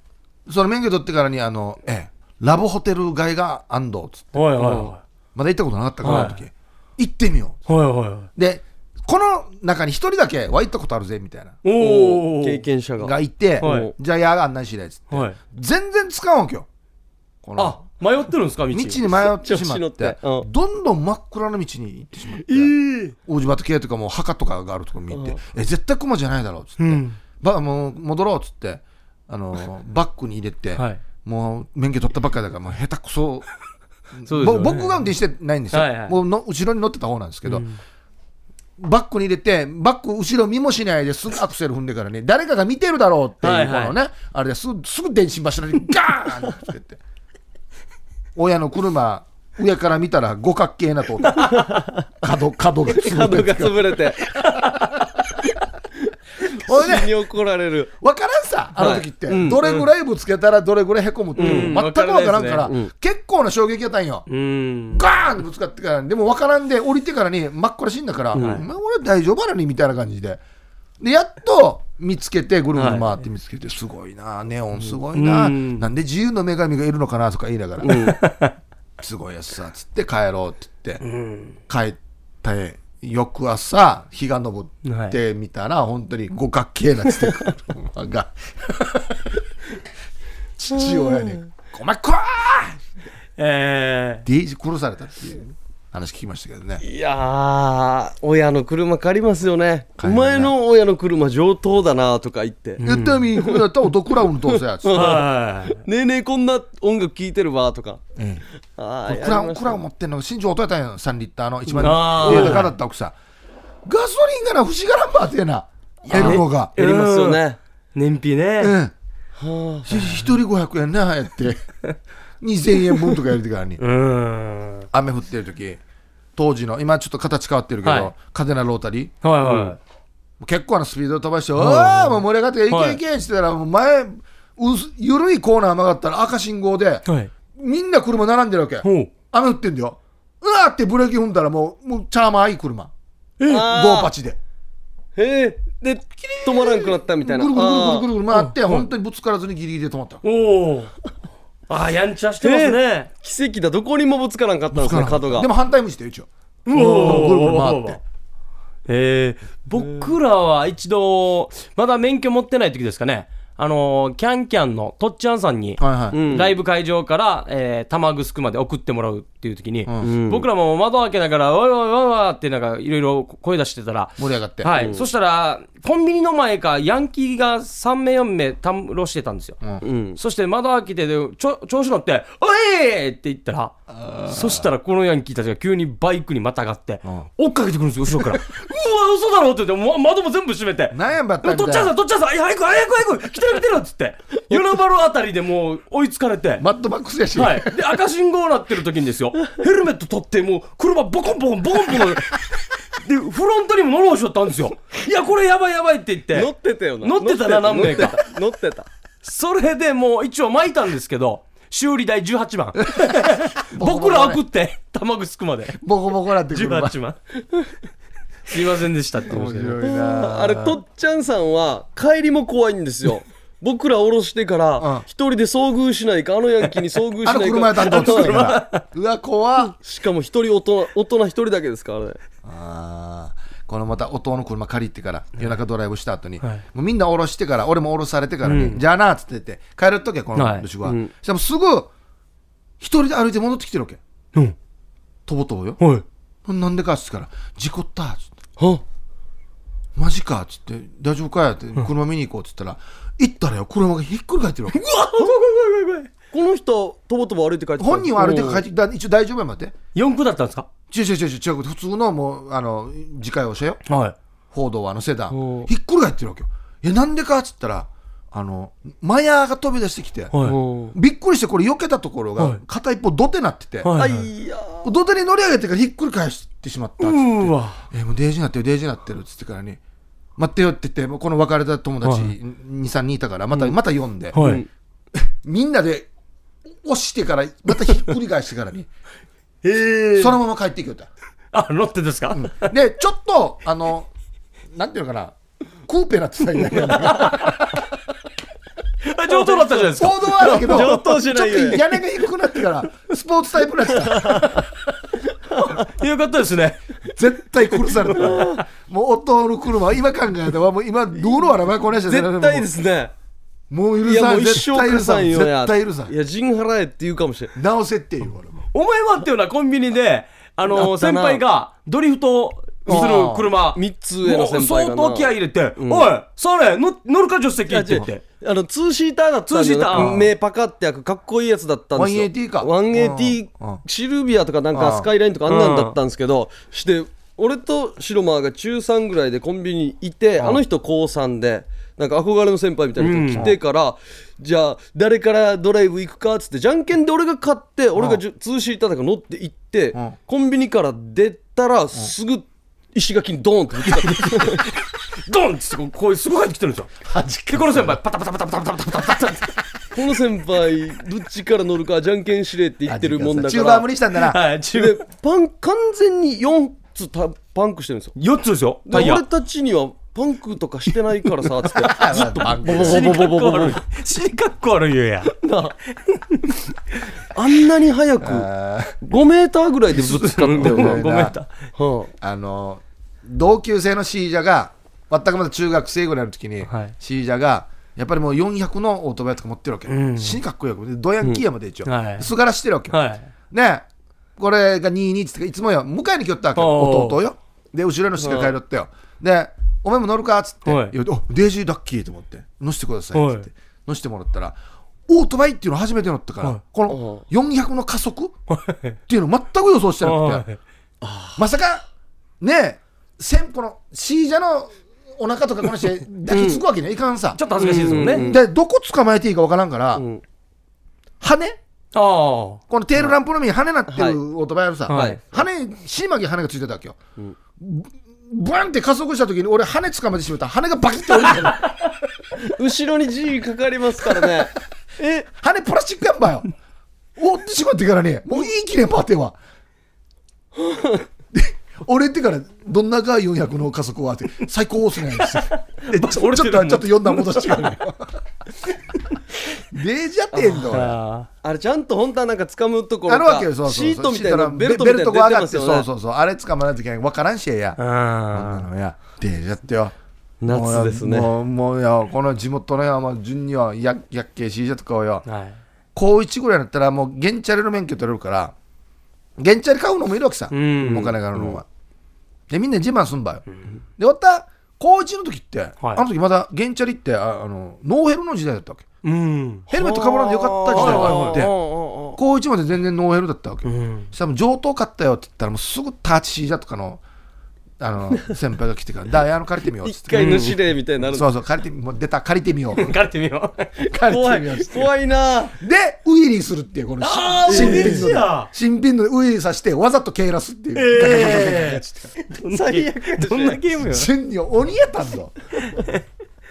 C: その免許取ってからにあのええラブホテル街が安藤っつって
B: おいおいお
C: まだ行ったことなかったから、
B: はい
C: あの時行ってみよう
B: いおいおいおい
C: でこの中に一人だけは行ったことあるぜみたいな
B: おお
A: 経験者が
C: がいて、
B: はい
C: じゃあや案内しないっつって、
B: はい
C: 全然使わんわけよこの
B: あ迷ってるんですか道
C: 道に迷ってしま
A: 調子乗
C: っ
A: って
C: て、
A: うん
C: どんどん真っ暗な道に行ってしまって、大島と系とかもう墓とかがあるところ見て、え絶対熊じゃないだろうっつって、ばもう戻ろうっつってあのバッグに入れて、
B: はい
C: もう免許取ったばっかりだからもう下手くそ
B: そうですよね
C: ぼ僕が運転してないんですよ、
B: はいはい
C: もうの後ろに乗ってた方なんですけど、バックに入れてバック後ろ見もしないですぐアクセル踏んでからね誰かが見てるだろうって
B: はいいう
C: こ
B: はい
C: のね、あれですぐすぐ電信柱にガーンって言って 親の車上から見たら五角形なと 角角がつぶ
A: 角
C: れ
A: が
C: て
A: 潰れ て
C: ほいで
A: 死に怒られる
C: 分からんさあの時って、
A: はいうん
C: どれぐらいぶつけたらどれぐらいへこむっていう、
B: うん
C: 全く分からんから、
B: わからない
A: ですね
C: 結構な衝撃やったんよ、
B: うん
C: ガーンってぶつかってからでも分からんで降りてからに真っ暗死んだから、お前俺大丈夫なのにみたいな感じででやっと見つけてぐるぐる回って見つけて、すごいなネオンすごいな、
B: うん
C: なんで自由の女神がいるのかなとか言いながら、すごいやつさつって帰ろうって言って、帰って翌朝日が昇ってみたら、本当に五角形な つって車が父親に「お前こー!」
B: え
C: デイジ殺されたっていう話聞きましたけどね。
A: いやー親の車借りますよねお
C: 借りるね
A: 前の親の車上等だなとか言って
C: 言ったみ、これやったら男らうんどうせやつって。
B: ー、はい
A: ねえねえこんな音楽聴いてるわとかあー
C: ク
A: や
C: ラ
A: りま
C: ウン、
A: し
C: ク
A: た
C: ラウン持ってんの、新庄音やったんよ、3リッターの一番
B: あー
C: 上高だった奥さん。ガソリンがな、不思議がらんばってえな、減るのが。
A: やりますよね
B: 燃費ね、
C: うん。ひ一人500円な、やって。2000円分とかやるてからに
B: う。ん。はい
C: 雨降ってる時当時の、今ちょっと形変わってるけ
B: はい
C: ど、カデナロータリー。
B: は
C: 結構なスピードで飛ばして、おー、もう盛り上がって、いけいけって言ったら、もう前、うす緩いコーナー曲がったら赤信号で
B: い。、はい。
C: みんな車並んでるわけ。
B: ほう。
C: 雨降ってんだよ。うわーってブレーキ踏んだらもう、もう、チャーマーいい車。ゴーパチで。
A: へえで止まらんくなったみた
C: ぐ
A: い
C: る
A: な
C: ぐるぐるぐる
A: あ
C: ぐる回って、本当にぶつからずにギリギリで止まった。
B: おお。あー、やんちゃしてますね。
A: ー奇跡だどこにもぶつからんかったんですね角が
C: でも反対向いてよ、一応。
B: う
C: ぐるぐる回
B: お
C: って。
B: えー、僕らは一度、まだ免許持ってない時ですかね。あのー、キャンキャンのとっちゃんさんに、
C: はいうはい。
A: ん
B: ライブ会場から、えー、玉城まで送ってもらうっていう時に、
A: ん
B: 僕らも窓開けながら、おいおいおいおいってなんかいろいろ声出してたら、
C: 盛り上がって。
B: はい、そしたらコンビニの前かヤンキーが3名4名たむろしてたんですよ、
A: うん
B: そして窓開けてでちょ調子乗って「おい!」って言ったらそしたらこのヤンキーたちが急にバイクにまたがって、追っかけてくるんですよ後ろ から「うわ嘘だろ!」って言ってもう窓も全部閉めて
C: 何やんばった
B: と
C: みたい
B: っちゃんさん
C: な。
B: とっちゃんさんいや早く早く早く来て調べてろっつ って与那原あたりでもう追いつかれて
C: マッドマックスやし、
B: はい、で赤信号なってる時にですよヘルメット取ってもう車ボコンボコンボコンボコンでフロントにも乗ろうしちゃったんですよいやこれやばいやばいって言って
A: 乗ってたよな
B: 乗ってたな何名か
A: 乗ってた
B: それでもう一応巻いたんですけど修理代18番 僕ら送って玉口区まで
C: ボコボコなってくる
B: 18番すいませんでしたって言いま
C: 面
B: したけど
C: 白いな
A: あれとっちゃんさんは帰りも怖いんです よ僕ら降ろしてか
C: うん
A: ら一人で遭遇しないかあのヤンキーに遭遇しない
C: あ
A: か
C: の車や担当っつってたからうわ怖っ
A: しかも一人大人大人一人だけですからね
C: あーこのまた弟の車借りてから夜中ドライブした後に、
B: はい
C: もうみんな降ろしてから俺も降ろされてからに、じゃあなっつって言って帰る時はこ
B: は
C: の
B: い
C: 女子は、してもすぐ一人で歩いて戻ってきてるわけ
B: うん
C: とぼとぼよ、
B: はい
C: なんでかっつったら事故ったっつって
A: は
C: マジかっつって大丈夫かやって車見に行こうっつったら、行ったらよ車がひっくり返ってるわけ
A: この人とぼとぼ歩いて帰ってきた
C: 本人は歩いて帰ってきた一応大丈夫やまって
B: 4区だったんですか
C: 違う違う違う違う普通のもうあの自家用車よ
B: は
C: 報道はあのセダン
A: お
C: ひっくり返ってるわけよいやなんでかっつったらあのマヤーが飛び出してきて、
B: いは
A: うん
C: びっくりしてこれ避けたところが、
B: はい
C: 片一方土手なってて、
B: いは
A: あ
B: いはい
A: いやー
C: 土手に乗り上げてからひっくり返してしまったっつって
B: うーわ
C: えもうデージになってるデージになってるっつってからに待ってよって言ってもうこの別れた友達
B: は
C: 23人いたからまた、また読んで、
B: はい
C: みんなで押してからまたひっくり返してからにそのまま帰っていきよった
B: あ乗ってですか
C: で、ちょっと、あの、なんていうのかな、クーペなってたんやけど、
B: あ上等だったじゃないです
C: 報
B: か
C: 道はあるけど、
A: 上等しないよ
C: ちょっと屋根が低くなってから、スポーツタイプなってた。
B: よかったですね
C: 絶対殺された。もう夫の車、今考えたら、もう今、どうのあらばこないし
A: 絶対ですね
C: もうもう
A: い
C: 許
A: や
C: さ
A: もう
C: ん、
A: 一
C: 絶
A: 生
C: 対許
A: 許
C: さ
A: さ
C: ん、
A: んよ
C: 絶
A: や
C: 対許さん。
A: いや陣払えって言うかもしれん
C: 直せっていう、俺も。
B: お前はっていうのはコンビニで、あ
A: な
B: の、
A: った
B: 先
A: な
B: 輩がドリフトする車、
A: 三つ上の先輩がな
B: もう相当気合い入れて、
A: うん
B: おい、それ、乗乗るか助手席って言って。
A: あのツーシーターだったんだよ
B: ツーシーター
A: 目パカって開くかっこいいやつだったんですよ
C: 180か
A: 180
C: うんうん
A: シルビアとかなん
C: う
A: か
C: ん
A: スカイラインとかあんなんだったんですけどして俺とシロマーが中3ぐらいでコンビニにいてあの人高3でなんか憧れの先輩みたいな人が来てからじゃあ誰からドライブ行くかっつってじゃんけんで俺が勝って俺がじゅツーシーターだから乗って行って
C: ん
A: コンビニから出たらすぐ石垣にドーンってぶつかって
B: ドンっつって、こう、すごい入ってきてるんですよ。で、この先輩、パタパタパタパタパタパタパタって。
A: この先輩どっちから乗るかじゃんけんしれって言ってるもんだか
C: 中盤
A: ら
C: 無理したんだな。
B: はい、
A: で
B: 中、
A: パン完全に4つたパンクしてるんですよ
B: 4つですよ、
A: で
B: タイヤ
A: 俺。たちにはパンクとかしてないからさつ って
C: ずっとバンク
B: 死にかっこ悪い。死にかっこ悪いよや。
A: あんなに早く5
C: あー
A: メーターぐらいでぶつかったよね、
B: ごめん、ごめんだ。
A: は
C: あの同級生のシージャが全くまだ中学生ぐらいの時に、
B: はい
C: シージャがやっぱりもう400のオートバイとか持ってるわけ、
B: ん
C: 死にかっこよくドヤンキーやまで一応、
B: うんはい
C: すがらしてるわけ、
B: はい。
C: ねこれが22っつっていつもよ迎えに来よったわけ
B: おう
C: 弟よで後ろの人が帰ろってよでお前も乗るかっつって、
B: はい
C: いやおデイジーラッキーと思って乗せてくださいっつって、
B: はい
C: 乗せてもらったらオートバイっていうの初めて乗ったから、
B: はい
C: この400の加速っていうの全く予想してなくて、
B: はい
C: まさか、ねえ、せんこの、シージャのお腹とかこ の人抱きつくわけにはいかんさ
B: ち。ょっと恥ずかしいですもんね。
C: で、どこ捕まえていいかわからんから、
A: ん
C: 羽
B: ああ。
C: このテールランプの上に羽なって
A: はい
C: るオートバイあるさ、
B: はい
C: 羽に、尻巻きに羽がついてたわけよ。ブブワンって加速した時に俺羽捕まえてしまったら羽がバキッて折れ てる
A: あ後ろに G かかりますからね え
C: 羽プラスチックやんばよ折ってしまってからねもういいきれんパーティー はで折れてからどんなか400の加速はって最高っすね
B: え、ちょっ
C: ちょっと、ちょっと読んだ戻して からね。デージャテンド。
B: あ
A: あれちゃんと本当はなんか掴むところ
C: あるわ
A: か
C: けよ、そうそうそう。
A: シートみたいなベ
C: ベ
A: ルトみ
C: ベ
A: た
C: ル
A: い
C: ト
A: なの出て
C: が上が
A: ま
C: っ
A: す
C: て、
A: よ
C: そう
A: ね
C: そうそう。あれ捕まらないといけない。わからんしやや。
B: あ。
C: あのや。デージャってよ。
A: 夏ですね
C: もう、もうもうや、この地元のや、まあ、順には、や、やっけしーじゃとかをよ。
B: はい。
C: 高一ぐらいになったら、もう、ゲンチャリの免許取れるから、ゲンチャリ買うのもいるわけさ。お
B: ん
C: 金があるのは。で、みんな自慢すんばよ。で、また、高一の時って、あの時まだ、ゲンチャリって、ああの、ノーヘルの時代だったわけ。
B: うん。
C: ヘルメットかぶらんでよかった時代があって
A: あーあーあー
C: 高一まで全然ノーヘルだったわけ、
B: うん。
C: そしたらもう上等買ったよって言ったらもうすぐ立ちシージャとかのあの先輩が来てから「ダイヤの借りてみよう」っつっ
A: 一
C: て
A: 回主でみたいになる
C: そうそう借りてみもう出た借りてみよう
B: 借りてみよう。
C: 借り
A: 怖
C: てみようっ
A: い
C: つって
A: 怖いな
C: でウイリーするっていうこの
B: あー
C: 新
B: ウイリ
C: 品
B: ーや
C: の新品のウイリーさせてわざと蹴らすっていう、
A: 最悪や
B: どんなゲームよ。
C: 真に鬼やったんぞ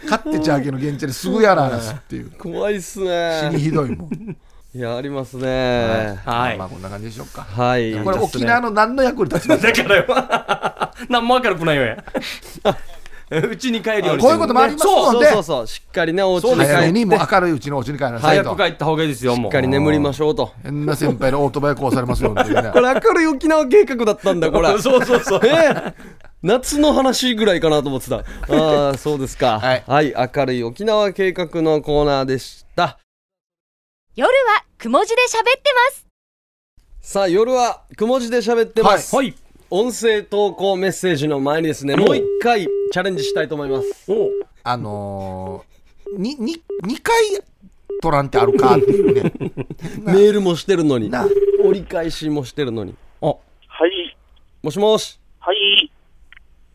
C: 勝ってちゃうけの現地ですぐやらなすっていう
A: 怖いっす
C: 死に
A: ね
C: ひどいもん
A: いやありますね
B: はい
C: まあ。こんな感じでしょうか
A: はい
C: これ沖縄の何の役に立ちます
B: だからよ。何も明るくないよや。 うちに帰るようにしてる。
C: こういうこともありますもん
A: そ
C: ね
A: うそうそうしっかりねお家に帰
C: 早め
A: って
C: にもう明るいうちのうちに帰らなさい
B: 早
C: と
B: く帰った方がいいですよ、
A: し
B: も
A: っかり
B: う。
A: 眠りましょうと
C: 変な先輩のオートバイ壊されますよっていうね
A: これ明るい沖縄計画だったんだこれ
B: そうそうそう。
A: えー夏の話ぐらいかなと思ってた。ああ、そうですか。は
C: はいい、
A: 明るい沖縄計画のコーナーでした。
E: 夜はくも字で喋ってます
A: さあ、夜はくも字で喋ってます。
B: はい。
A: 音声投稿メッセージの前にですね、もう一回チャレンジしたいと思います。
B: お
C: あのー、にに2回取らんってあるかっていうね
A: メールもしてるのに
C: な、
A: 折り返しもしてるのに。
B: あ、
F: はい、
A: もしもし。
F: はい、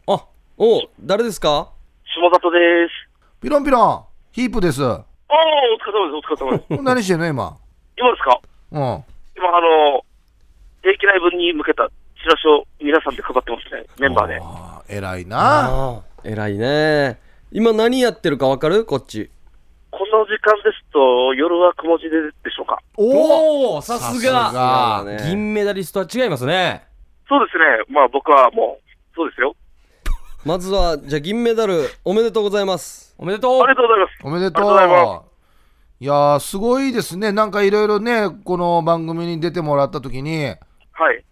A: あ、おう誰ですか
F: 下里です。
C: ピロンピロンヒープです
F: ああ、お疲れ様です、お疲れ様 です。
C: 何してんの今
F: 今ですか
C: うん
F: 今、あの、定期ライブに向けたチラシを皆さんで配ってますね、メンバーで。
C: あー偉いな
A: ああ、偉いね。今何やってるかわかるこっち。
F: この時間ですと、夜はくも字ででしょうか。
C: おお
B: おおさすが
A: ああ、ね、
B: 銀メダリストは違いますね。
F: そうですね、まあ僕はもう、そうですよ。
A: まずは、じゃあ銀メダル、おめでとうございます。
B: おめでとう
F: ありがとうございます。
C: おめで
F: ありがとうございま
C: とういやーすごいですねなんかいろいろねこの番組に出てもらった時に
F: はい。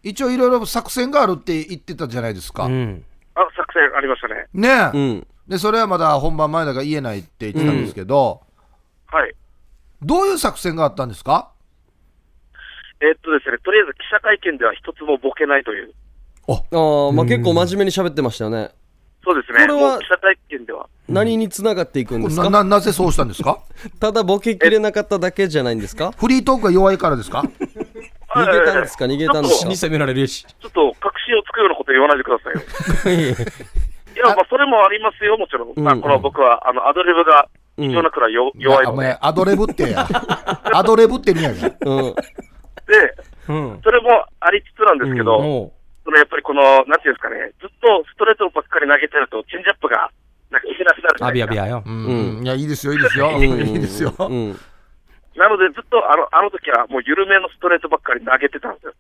C: 一応いろいろ作戦があるって言ってたじゃないですか、
B: うん。
F: あ、作戦ありましたね。
C: ねえ、
A: うん。
C: でそれはまだ本番前だから言えないって言ってたんですけど、
F: はい。
C: どういう作戦があったんですか
F: えっとですね、とりあえず記者会見では一つもボケないという。
A: ああ、まあ結構真面目に喋ってましたよね。
F: そうです
A: こ
F: ね、
A: れは
F: もう記者会見では。
A: 何に繋がっていくんです
C: な
A: か
C: ななぜそうしたんです か
A: ただボケきれなかっただけじゃないんですか
C: フリートークが弱いからですか
A: 逃げたんですか逃げたんです
B: 死
A: か
B: に責められるし。
F: ちょっと確信をつくようなこと言わないでくださいよ。いや、まあ、それもありますよ、もちろん。まあ、この僕は、あの、アドリブが、非常なくらいよ、弱い
C: なお
F: ので
C: 前アドレブってやアドレブってみやが
A: うん。
F: で、
B: うん。
F: それもありつつなんですけど、
B: おう
F: そのやっぱりこの、なんていうんですかね、ずっとストレートばっかり投げてると、チェンジアップが、なんかいけなくなるじゃ
B: ア
F: ない
B: ビ
F: で
B: ア
F: す
B: ビ
F: か。
B: アよ。
C: うん、いやいいですよいいですよ、いいですよ、
A: うん。
F: なので、ずっとあの、あの時は、もう緩めのストレートばっかり投げてたんですよ。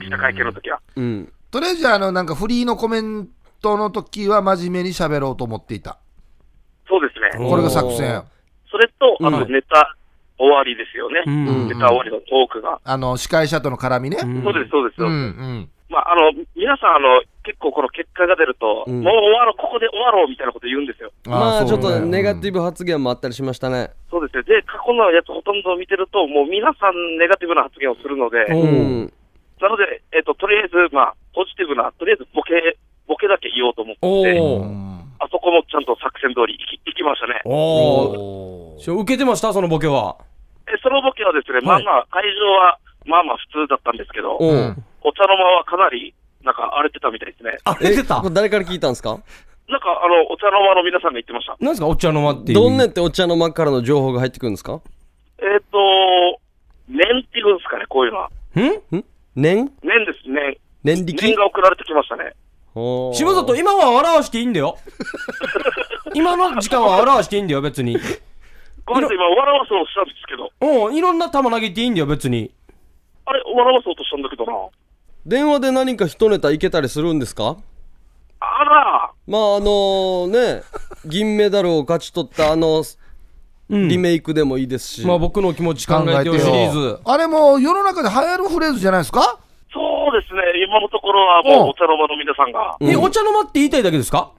F: 記者会見の時は。
A: うん。
C: とりあえずあのなんかフリーのコメントの時は真面目に喋ろうと思っていた
F: そうですね。
C: これが作戦
F: それと、あ
A: う
F: の、
A: ん
F: ネタ終わりですよね。
B: ん
F: ネタ終わりのトークが。
C: あの司会者との絡みね
F: そうです、そうです。
C: うんうん
F: まあ、あの、皆さん、あの、結構この結果が出ると、
A: うん
F: もう終わろう、ここで終わろうみたいなこと言うんですよ。
A: まあ
C: そう
A: ちょっとネガ
C: う
A: ティ
C: ん
A: ブ発言もあったりしましたね。
F: そうですね。で、過去のやつほとんど見てると、もう皆さんネガティブな発言をするので、
B: お
A: う。
B: うん
F: なので、えっ、と、とりあえず、まあ、ポジティブな、とりあえずボケ、ボケだけ言おうと思って、
B: お
C: う
B: うん
F: あそこもちゃんと作戦通り行き行きましたね。
B: おうしょ受けてましたそのボケは。
F: え、そのボケはですね、まあまあ、会場は、まあまあ普通だったんですけど、
A: おう
C: うん
F: お茶の間はかなり、なんか荒れてたみたいですね。
B: あれ
A: え、
B: 出た
A: これ誰から聞いたんですか
F: なんか、あの、お茶の間の皆さんが言ってました。
B: 何ですかお茶の間っていう。
A: どんねってお茶の間からの情報が入ってくるんですか
F: えっ、と、年っていうんですかね、こういうのは。
B: ん
A: 年
F: 年です、年。
A: 年
F: 年
A: 力
F: が送られてきましたね。
A: おう
B: 島里、今は笑わしていいんだよ。今の時間は笑わしていいんだよ、別に。
F: ごめんなさい、今、笑わそうとしたんですけど。
B: うん、いろんな球投げていいんだよ、別に。
F: あれ、笑わそうとしたんだけどな。
A: 電話で何か一ネタいけたりするんですか
F: あら、
A: まああのね、銀メダルを勝ち取ったあの、
B: うん
A: リメイクでもいいですし。
B: まあ僕の気持ち考えてよシリーズ。
C: あれもう世の中で流行るフレーズじゃないですか
F: そうですね、今のところはも
C: うん
F: うお茶の間の皆さんが、
B: え、お茶の間って言いたいだけですか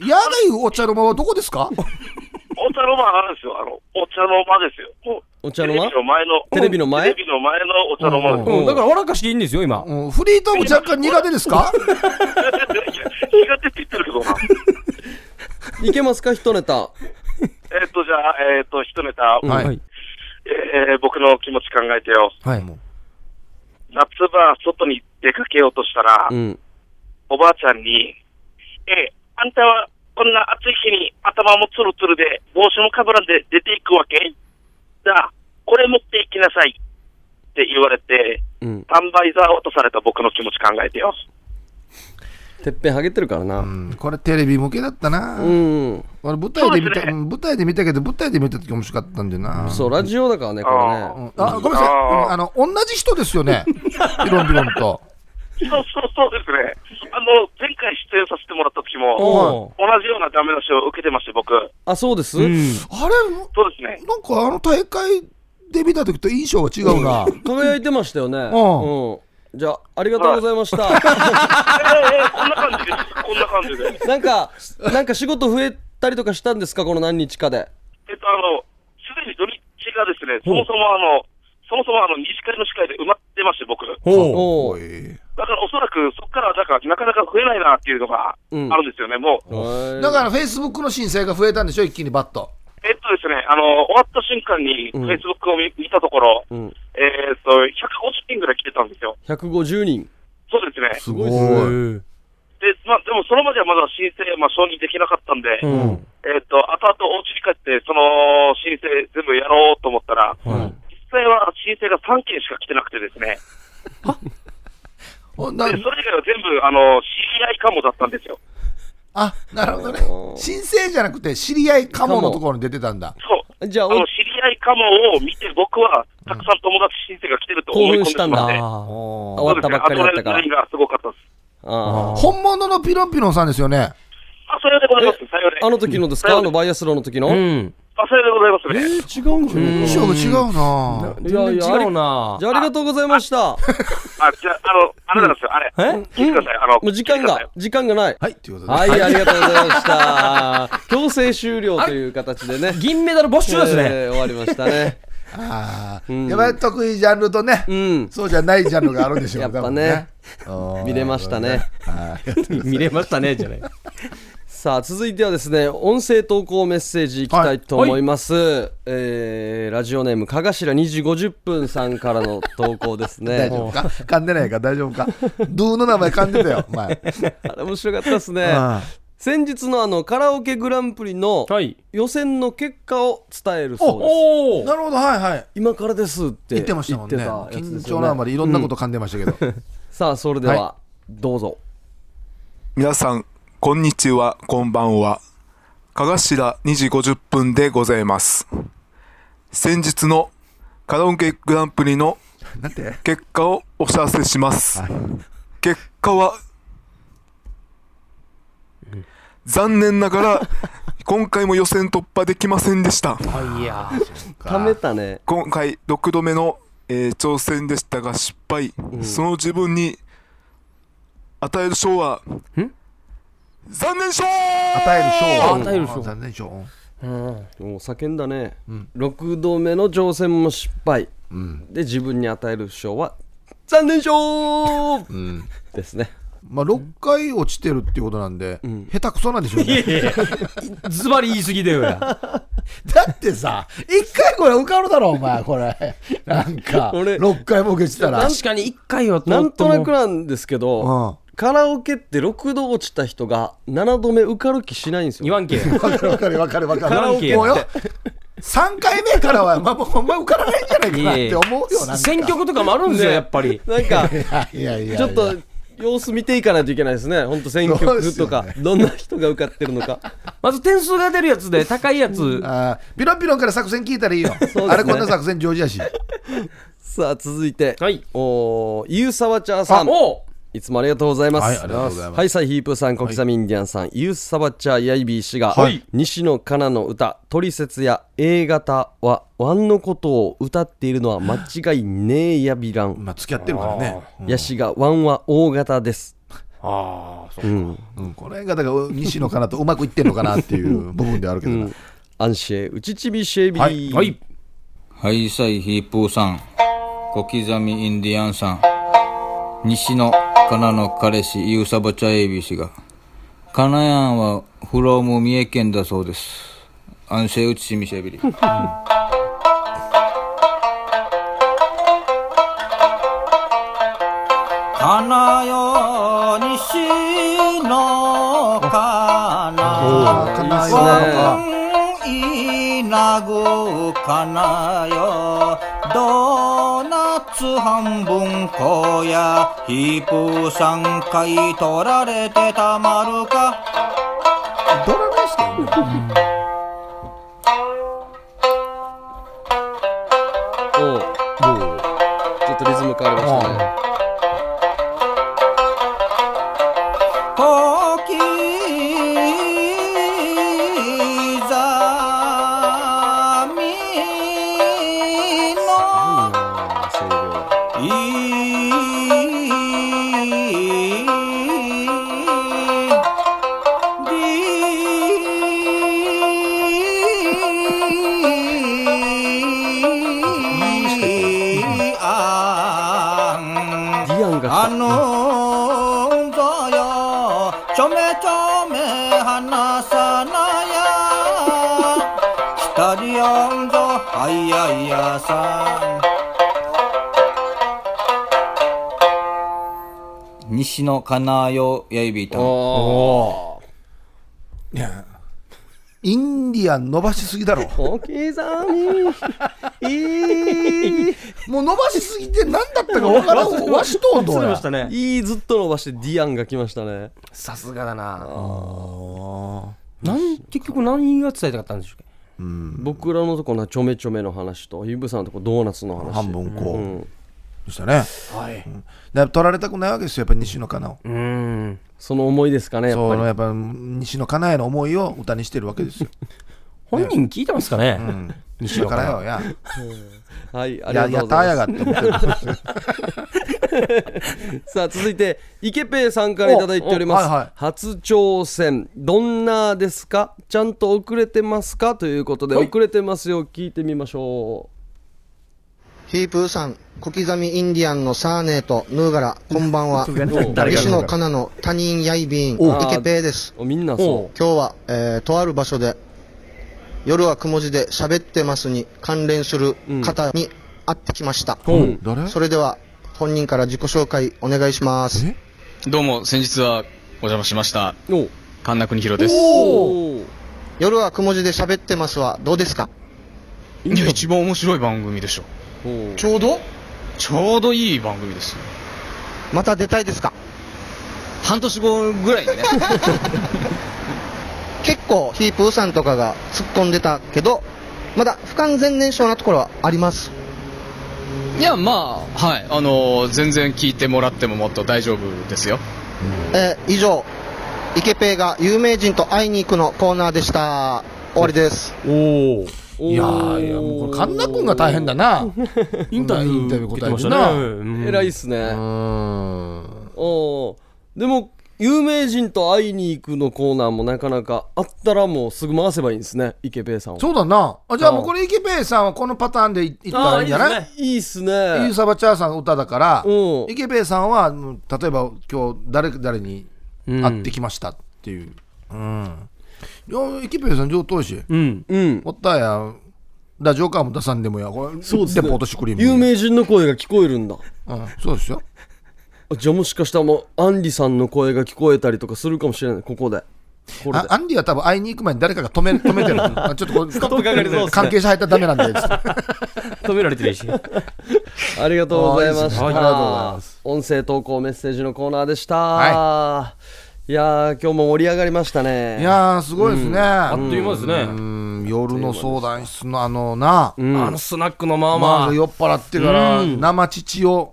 C: やがいうお茶の間はどこですか
F: お茶の間あるんですよ、あの、お茶の間ですよ。もう
A: お茶の間
F: テレビの前の、
A: テレビの前
F: テレビの前のお茶の間です
B: うん、だから笑かしていいんですよ、今。
C: うんフリートーク若干苦手ですか
F: よ。苦手って言ってるけどな。
A: いけますか一ネタ。
F: えっと、じゃあ、えっと、一ネタ、
C: はい
B: はい。
F: えー僕の気持ち考えてよ。
B: はい。
F: 夏場、外に出かけようとしたら、
A: うん。
F: おばあちゃんに、えーあんたはこんな暑い日に頭もツルツルで帽子もかぶらんで出ていくわけじゃあ、これ持っていきなさいって言われて、
A: うん
F: タンバイザーを落とされた僕の気持ち考えてよ。
A: てっぺんはげてるからな
C: うんこれテレビ向けだったな、
A: うん、うん、
C: 俺舞台で見た
F: そうですね
C: うん舞台で見たけど舞台で見た時面白かったんだよな
A: そうラジオだからねこ
F: あ
A: れ
C: う
A: ね
C: んあごめんなさい、
F: あー
C: うんあの同じ人ですよね、ピロンピロンと。
F: そうそうそうですね。あの、前回出演させてもらった時も
B: お、
F: 同じようなダメ出しを受けてまして、僕。
A: あそうです、
C: あれ、も
F: そうですね。
C: なんかあの大会で見た時と印象が違うな、
A: 輝いてましたよね
C: ん
A: うん、じゃあありがとうございました
F: えーこんな感じです。こんな感じで。
A: なんかなんか仕事増えたりとかしたんですかこの何日かで
F: えっと、あの、すでに土日がですね、そもそもあの、そもそもあの、二次会の司会で埋まってまして、僕。だか
B: ほう
A: おお
F: らおそらく、そこから、だから、なかなか増えないなっていうのがある
A: ん
F: んですよね、もう。
C: だからフェイスブックの申請が増えたんでしょ、一気にバッと。
F: えっとですね、あの、終わった瞬間に、
A: ん
F: Facebook を見見たところ、
A: ん
F: えっと、150人ぐらい来てたんですよ。
A: 150人
F: そうですね。
C: す
A: ごいっすね
B: へ
C: ごい。
B: ー
F: で、まあ、でもそのまではまだ申請、まあ、承認できなかったんで、
B: うん
F: えっ、と、後々お家に帰って、その申請全部やろうと思ったら、
B: はい
F: 実際は申請が3件しか来てなくてですね、
C: おな
F: でそれ以外は全部、あの、知り合いかもだったんですよ。
C: あなるほどね、申請じゃなくて、知り合いかものところに出てたんだ。
F: そう。
A: じゃあ
F: あ
A: お
F: の、知り合いかもを見て、僕は、たくさん友達申請が来てると思
A: 興
F: い込ん
A: 奮
F: で
A: した
F: た
A: ん
F: ん
A: だ
F: で、
A: 終わったばっかりだったから
F: そうですね。あとのラインがすごかったです。
A: あー
C: 本物のピロンピロンさんですよね。
F: あ、それでございます。
A: え
F: さようで。
A: あの時のです
F: さ
A: か
F: よ
A: あ
F: うで
A: のバイアスロンの時の、
B: う
A: え
B: ん
F: あ、それでございますね。
A: ー、違うんじゃないかな
C: 印象が違うな。
A: いやい
B: 全
A: や
B: 然違うな
A: じゃあありがとうございました
F: あ、じゃあ、あの、あれなんですよ、あれ。
B: え
F: 聞いてください。あの、
A: もう時間
F: 聞いてくだ さい
A: が時間がない
C: はい、ということで。
A: はい、ありがとうございました。 強制終了という形でね。
B: 銀メダル没収ですね
A: えー終わりましたね。
C: ああ、やっぱり得意ジャンルとね、
A: ん
C: そうじゃないジャンルがあるんでしょう
A: やっぱね
C: 多 分ね
A: 見れましたね。
C: はい
B: 見れましたねじゃない
A: さあ、続いてはですね、音声投稿メッセージいきたいと思います。えーラジオネーム、かがしら2時50分さんからの投稿ですね。
C: 大丈夫か噛んでないか大丈夫かドゥの名前噛んでたよ、お前。
A: あれ面白かったです ね
C: ああ。
A: 先日のあの、カラオケグランプリの
B: はい
A: 予選の結果を伝えるそうです。
B: おお
C: なるほど、はいはい。
A: 今からですって
C: 言
A: 言
C: っ
A: ってて
C: ま
A: ま
C: し
A: したた
C: も
A: も
C: ん
A: ん
C: ね。
A: ね。
C: 緊張のあまりいろんなこと噛んでましたけど。
A: さあ、それでは、
C: は
A: どうぞ。
G: 皆さん、こんにちは、こんばんは。かがしら2時50分でございます。先日のカラオケグランプリの
C: なんて
G: 結果をお知らせします。結果は、残念ながら、今回も予選突破できませんでした。
B: いや
A: ためたね。
G: 今回6度目の、えー挑戦でしたが失敗、その自分に与える賞は残念賞
C: 与える賞を。
B: 与える賞
C: 残念賞。
A: もう叫んだね、6度目の挑戦も失敗、で自分に与える賞は残念賞、ですね
C: まあ、6回落ちてるっていうことなんで、下手くそなんでしょうね。
B: ズバリ言い過ぎだよや
C: だってさ、一回これ受かるだろ、お前、これ。なんか、
A: 俺
C: 6回も受けてたら。
B: 確かに1回は通っても
A: なんとなくなんですけど、カラオケって6度落ちた人が7度目受かる気しないんです
B: 言
A: よ
B: わんけ
C: わかるわかるわかるわかる。
B: カラオケ
C: もうよ。3回目からは、まあ、もうほんま受からないんじゃないかなって思うよ、なんか。
B: 選曲とかもあるんですよやっ ぱり
A: なんか
C: いやいやいや。
A: ちょっと様子見ていかないといけないですね本当選
C: そうで
A: 曲
C: すよ
A: とか、
C: ね
A: どんな人が受かってるのか
B: まず点数が出るやつで高いやつ
C: あーピロンピロンから作戦聞いたらいいよ。
A: ね
C: あれこんな作戦上手やし。
A: さあ続いて、
B: はい
A: おーゆうさわちゃーさん
B: お
A: いつもありがとうございます。
C: はいありがとうございます
A: はい、サイヒープーさん、小刻みインディアンさん、ユースサバチャー、ヤイビー氏が、
C: はい
A: 西野カナの歌、トリセツや A 型は、ワンのことを歌っているのは間違いねえやびらん。
C: まあ、付き合ってるからね。
A: ヤシが、ワンは O 型です。
B: ああそう
A: うん。
C: うん、この辺がだから西野かなとうまくいってんのかなっていう部分ではあるけどな、
A: アンシェ、ウチチビシェビー。
C: はい
B: はい
H: はい、サイヒープーさん、小刻みインディアンさん、西野かなの彼氏、ユーサバチャエビ氏が、かなやんはフローム三重県だそうです。安静打ちしみしゃべり。花よ西のかな
C: かな
A: そうなんだ
H: ワンイナゴかなよドーナツ半分こやヒープーさん買い取られてたまるか
C: ドラマですけどね
A: おうちょっとリズム変わりましたね
H: 小刻
A: いい
H: みの
A: な声量
H: いい
A: ディアンが
H: あ
A: 来
H: のんぞよちょめちょめ話さなやスタリオンぞはいやいやさ西野かなよやいび
A: た
H: た
A: お
C: いやインディアン伸ばしすぎだろ
A: ー小刻みいい
C: もう伸ばしすぎて何だったか分からんわしとうどうや
B: ね
A: いいずっと伸ばしてディアンが来ましたね
B: さすがだななん結局何が伝えたかったんでしょうか
A: 僕らのとこなちょめちょめの話とイブさんのとこドーナツの話
C: 半分こ
A: う
C: うんでしたね、
B: はい
C: だから取られたくないわけですよやっぱり西野カナを
B: うん
A: その思いですかねやっ
C: そ
A: ぱり
C: のやっぱ西野カナへの思いを歌にしてるわけですよ、
B: 本人聞いてますかね
C: うん、
B: 西
C: 西
B: 野
C: 野
B: カ
C: カ
B: ナ
C: ナよや
A: はいありが
C: や
A: と
C: や
A: う
C: っ
A: ご
C: た
A: ざい
C: や
A: ます
C: がって思ってる
A: さあ続いて池ペイさんからいただいております、
C: おおはいはい
A: 初挑戦どんなですかちゃんと遅れてますかということで、遅れてますよ聞いてみましょ
I: ヒープーさん、小刻みインディアンのサーネーとヌーガラ、こんばんは。
B: 誰が
I: 西野カナの他人やいびん、
A: お
I: イケペイです。
A: うおみんなそ
I: 今日は、えーとある場所で、夜はくも字で喋ってますに関連する方に会ってきました。
A: うん
C: 誰
I: それでは、本人から自己紹介お願いします。
J: どうも、先日はお邪魔しました。
A: うお
J: 神田邦弘です。
A: お
I: 夜はくも字で喋ってますはどうですか
J: いや、一番面白い番組でしょ。
A: お
I: ちょうど
J: ちょうどいい番組です。
I: また出たいですか
J: 半年後ぐらいにね。
I: 結構ヒープーさんとかが突っ込んでたけど、まだ不完全燃焼なところはあります。
J: いや、まあ、はい。あのー全然聞いてもらってももっと大丈夫ですよ。
I: えー以上、イケペイが有名人と会いに行くのコーナーでした。終わりです。
B: おお
A: お
C: いやーいやもうこれ神田君が大変だな
B: インタ
C: イ
B: ビュ
C: ンタビュ
B: ー
C: ー
B: 受
C: 答
B: けて
C: え
B: ましてた
C: な
B: ね
A: えらいっす
C: う
A: ね、
C: ーん
A: おおでも有名人と会いに行くのコーナーもなかなかあったらもうすぐ回せばいいんですね池ペイさんを
C: そうだなあじゃあもうこれイケペイさんはこのパターンでいいったらいいんじゃない
A: いいっすね
C: ユーサバチャーさんの歌だから、
A: うん
C: 池ペイさんはうん例えば今日誰誰に会ってきましたっていう、うんいや池ペイさん上等やし、
B: うん
A: うん
C: おったやだジョーカーも出さんでもやこれ
A: そうですね
C: デポートシュクリーム
A: 有名人の声が聞こえるんだ
C: うん、そうですよ
A: あじゃあもしかしたらもうアンリさんの声が聞こえたりとかするかもしれないここでこれ
C: あ
A: で
C: アンディは多分会いに行く前に誰かが止め止めてるあちょっとこれ
A: プかかりそうっすね
C: 関係者入ったらダメなんでつって
B: 止められてるし
A: ありがとうございました
C: あいいですねありがとうございます
A: 音声投稿メッセージのコーナーでした、、
C: はい
A: やー今日も盛り上がりましたね
C: いやーすごいですね、
B: あっという間です
C: う
B: ね
C: ん夜の相談室のあのな、
B: あのスナックのまあ
C: ま
B: ま
C: あ、酔っ払ってから生乳を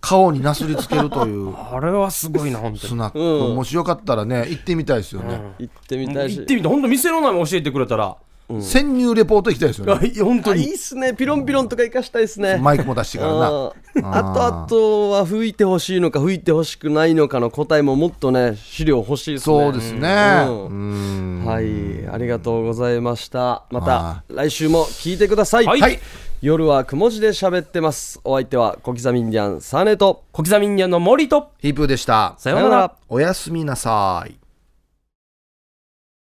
C: 顔になすりつけるという
B: ああれはすごいな本当
C: ス
B: に
C: ナック、
A: うん
C: もしよかったらね行ってみたいですよね、
A: 行ってみたいし
B: 行ってみて本当店の名前教えてくれたら
C: 潜入レポート行きたいですよ ね
B: いや本当
A: あい
B: に
A: いっすねピロンピロンとか行かしたいっすね
C: マイクも出してからな
A: うんあとあとは吹いてほしいのか吹いてほしくないのかの答えももっとね資料欲しいですね
C: そうですね、
A: うん
C: うん
A: はい、ありがとうございました。ま
C: は
A: た来週も聞いてください。
B: はいはい
A: 夜はくも字で喋ってます。お相手は小刻みインディアンサネと
B: 小刻みインディアンの森と
C: ヒープーでした
B: さようなら
C: おやすみなさい